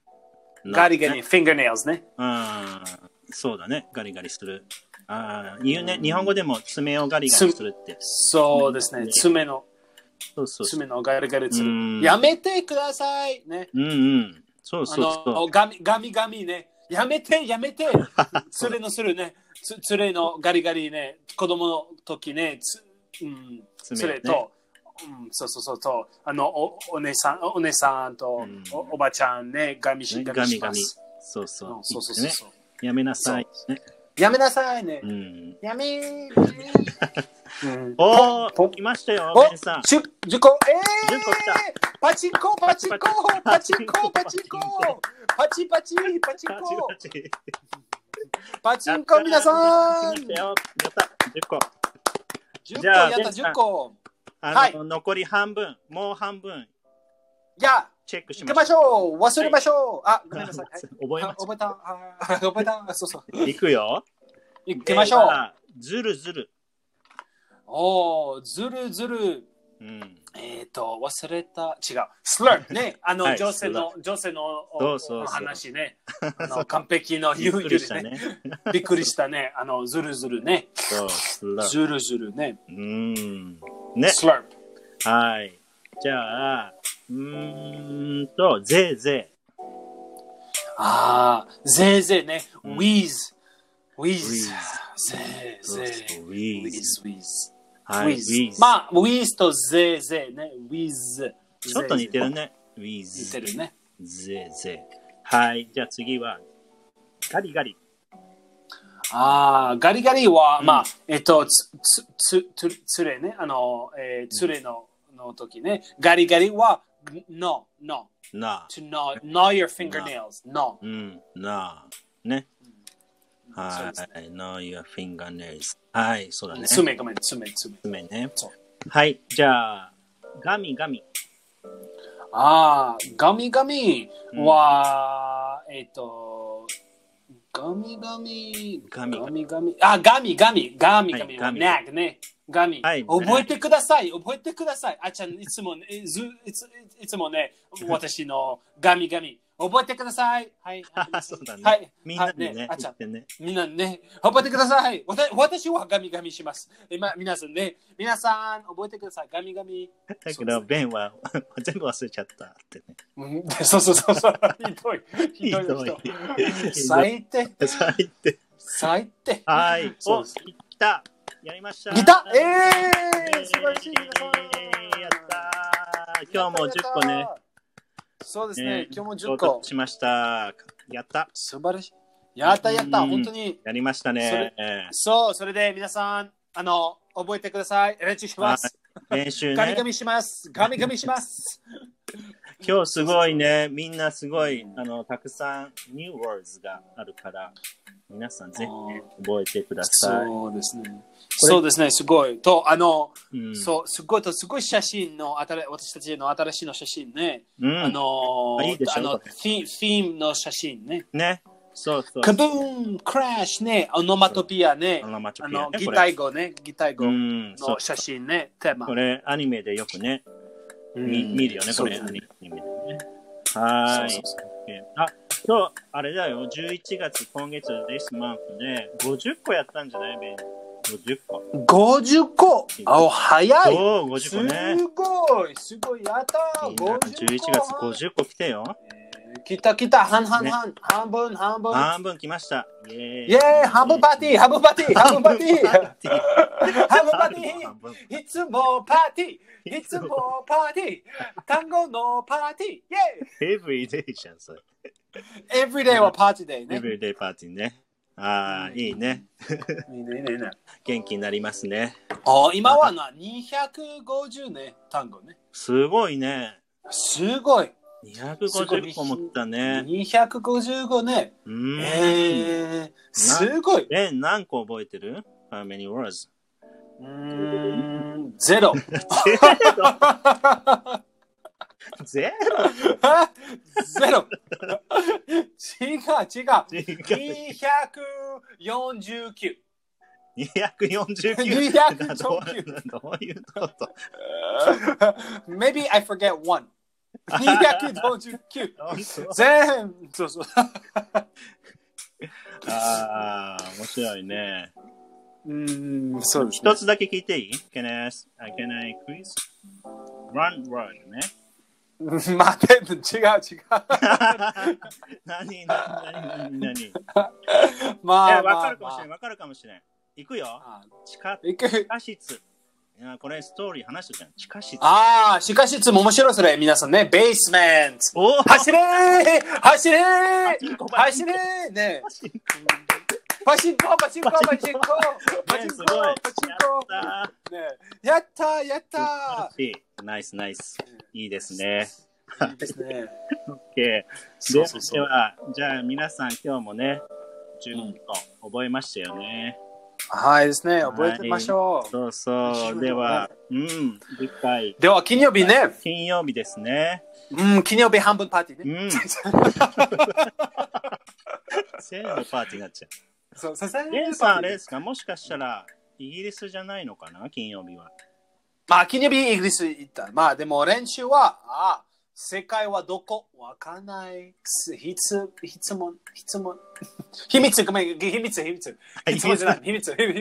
ガリガ
ね
リ、fingernails ね。
ああ、そうだね。ガリガリする。ああ、言うね。日本語でも爪をガリガリするって。
そうですね。爪の、
そうそうそう。
爪のガリガリす
う
る。
ん
やめてくださいね。
うんうん。そう
あ
そう
の、
そ
ガミ、ガミガミね。やめて、やめ
[laughs]
て。つれのするね。つつれのガリガリね。子供の時ね。つうん、
爪
つ
ね
れと、うん、そうそうそうと、あの、おお姉さん、お姉さんと
うん
おおばちゃんね、ガミ
う。ね
し、ガ
ガ
ミ
ミ
し
ガ
ま
ミ
す。。
そうそう
うん。そうそうそうそう、
ねやめなさい。ね。
やめなさいね
う。ん。
やめー。うん
[laughs] お
ポン
お、来ましたよ、
お
ベンさん。
じゅ、じゅこ、え
じゅこ来
ー、パチンコ、パチンコ、パチンコ、パチンコ、パチパチ、パチン
パチ
コ。
パチ。
パチンコ皆さん
来ましたよ。やった。10個。
!10 個
じゃ
や
あ
った
ベンさ
10
ん
個
あの、
はい
残り半分、もう半分、
じゃあ
チェックし
行
ま
きまし
ょう。
ょう忘れましょうあごめんなさい。
[laughs] 覚
はい
え
あ
ま
覚えたあ覚えたそうそう。
す。行くよ。
行きましょう
えー。ずるずる。
おお、ずるずる。
うん。
えっと、忘れた。違う。スラーね。あ
は
の、
い
女性の、女性のお
そうそうそう
お話
[laughs]
ね。あの完璧の
ゆっ
言う
くりした
ね。
ね。
びっくりしたね。あの、ずるずるね。
そう、スラー
ずるずるね。
うーん。ね。
スラー
はい。じゃあ、うーんと、ぜいぜ
ああ、ぜいぜいね。ウ
うん
ィーズ。ウィーズ
Wheeze。
ぜい
い。
ぜい。
ウ
ウィ
ィ
ー
ーズ。
ズ、ウィーズ。
はい、ウィーズ。
まあ、ウィーズとぜいぜいね。ウィーズ。
ちょっと似てる
ね。
ね。ウィーズ。
似てるね。
ぜいぜい。はい、じゃあ次は、ガリガリ。
ああ、ガリガリは、
うん
まあ、えっと、つ、つ、つ、つ、つれね。あの、えー、つれの、の時ね。ガリガリは、no, no.
なあ。
To gnaw, gnaw your fingernails. No.
うん、なあ。ね。
そう
は
です
い、know your fingernails。はい、そうだね。
爪、ごめん、爪、爪。
爪ね
そう。
はい、じゃあ、ガミガミ。
ああ、ガミガミ
うん
は、えっ、と、ガミガミ、
ガミ
ガミガミ、あ、ガミガミ、ガミガミ
は
は、
いガミ
ナグね、ガミ、
はい
覚えてください、覚えてください。あちゃん、いつもね、ずいついつも
[laughs]
ね、私のガミガミ、覚えてください。はい、はい
[laughs] そうだね。
はい
みんな
は
で
い
ね
ね、あち
言
ゃん
ってね。
みんなね、覚えてください。わた私はガミガミします。今、皆さんね、皆さん、覚えてください、ガミガミ。
だけど、ベンは [laughs] 全部忘れちゃったってね。
うんそうそうそうそう、ひどい、ひ [laughs] どいの人。最低。
最低。
最低。
はい。
そう
お、
です
来た。やりました。
ギター
え
え
ー
ー、素晴らしい皆さん
やったー。今日も10個ね。。
そうですね、今日も10
到
個
達。しました。やった。
素晴らしい。やったやった、
うん
本当に。
やりましたね。
そう、それで皆さん、あの、覚えてください。練習します。
練習
ガミガ
ね。
ミします。ガミガミします。
今日すごいね。みんなすごい、あの、たくさん、ニューワーズがあるから、皆さんぜひね、覚えてください。
そうですね。そうですね、すごい。と、あの、
うん
そう、すごいと、すごい写真の、新私たちの新しいの写真ね。
うん
あの
あいいでしょ
あの
こ
フィ、フィームの写真ね。
ね。そうそう。
カブーン、クラッシュね、オノマトピアね
あ、の、マチ
あ
ョピア
の、
ね
擬
これ
態語ね、擬態語
うん、そう
の。写真ね、テーマ。
これ、アニメでよくね、
うん
見見るよね、これ、
そ
ア
う
ニメでね。はーい
そうそうそう
えーあ、今日、あれだよ、11月、今月、this month で、50個やったんじゃないベン ?50 個。
50個あ、お早い
おお、50個ね。
すごいすごいやった
みんな
!50 個
11月50個来てよ。
えー来た来た半半
ね
半半分半分
半分来ました。イェーイ
イェーイ半分パーティー半分パーティー半分パーティー
半分パーティー
半分パーティー
半分
いつもパーティーいつもパーティー単語のパーティーイ
Every day じゃん、それ。
ェーイエブリデイはパーティーデイね。
Every day パーティーね。ああ、いいね。
いいねいいねいいね。
元気になりますね。
あ今はな、250ね、単語ね。
すごいね。
すごい。
250個持ったね。
255ね。
うーん。
えー、すごい。
え、何個覚えてる ?How many words?
うーん、ゼロ。 [laughs]
ゼロゼ
ゼロ。違う違 [laughs]
ロ
う。249。
249
249
どういうどういうこと
[laughs] Maybe I forget one. [laughs] 249。全部。そうそう。
ああ、面白いね。
うーん、そうですね
一。つだけ聞いていい ?Can I ask, I can I quiz? One word ね。
[laughs] 待て、違う違
[laughs]
う。
何何何何何い
ま
や、
あ、
わ
ま
か
あ
るかもしれない。
ま
わかるかもしれない。行くよ。
あ
地下、
いく
地下室。いや、これストーリー話してるじゃん。地下室。
ああ、しかし、いつも面白いそれ、皆さんね。ベースメント。
おお
走れー走れ
チンコ
ー
パ
走れーねパチンコパチンコパチンコパチン
す
コ
ごい。やっ
パチンコ
た
ねやったーやった
素晴らしいナイスナイス。いいですね。
ーいいですね。
OK。
そ
で
うそうそ
で
う。
は、じゃあ皆さん今日もね、10個覚えましたよね。
はいですね、覚えてみましょう。
そうそう。
10
では、うん、次回、
では、金曜日ね。
金曜日ですね。
うん、金曜日半分パーティー
う
ね。
ん。全部パーティーになっちゃ
そう、さすが
う。
に
レンさん、あれですかもしかしたら、イギリスじゃないのかな金曜日は。
まあ、金曜日イギリス行った。まあ、でも練習は、ああ、世界はどこわかんない。すひつ、ひつもん、ひつもん。 [laughs] 秘密、ごめん、秘密、秘
[laughs]
密。ひつもんじゃない、秘密、秘密、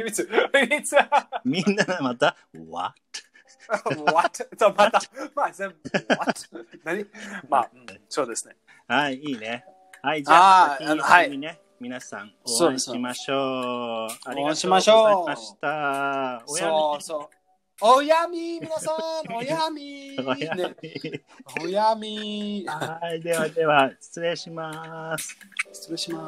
秘密。 [laughs]
みんなまた、What?
what? そうまた、まあ全部、what? 何まあ、うんそうですね。
はい、いいね。はい、じゃあ、
あー
先に
あのはい
先にね、皆さん、
そ
応
うで
援
す
しましょう。ありがと
応
うご
援
ざ
し
い
ましょう
ました。おや
そうそう。おやみ、皆さん、おやみ。
[laughs] み。おや
ね
み。
おやみ。
はい、ではでは、失礼します。
失礼します。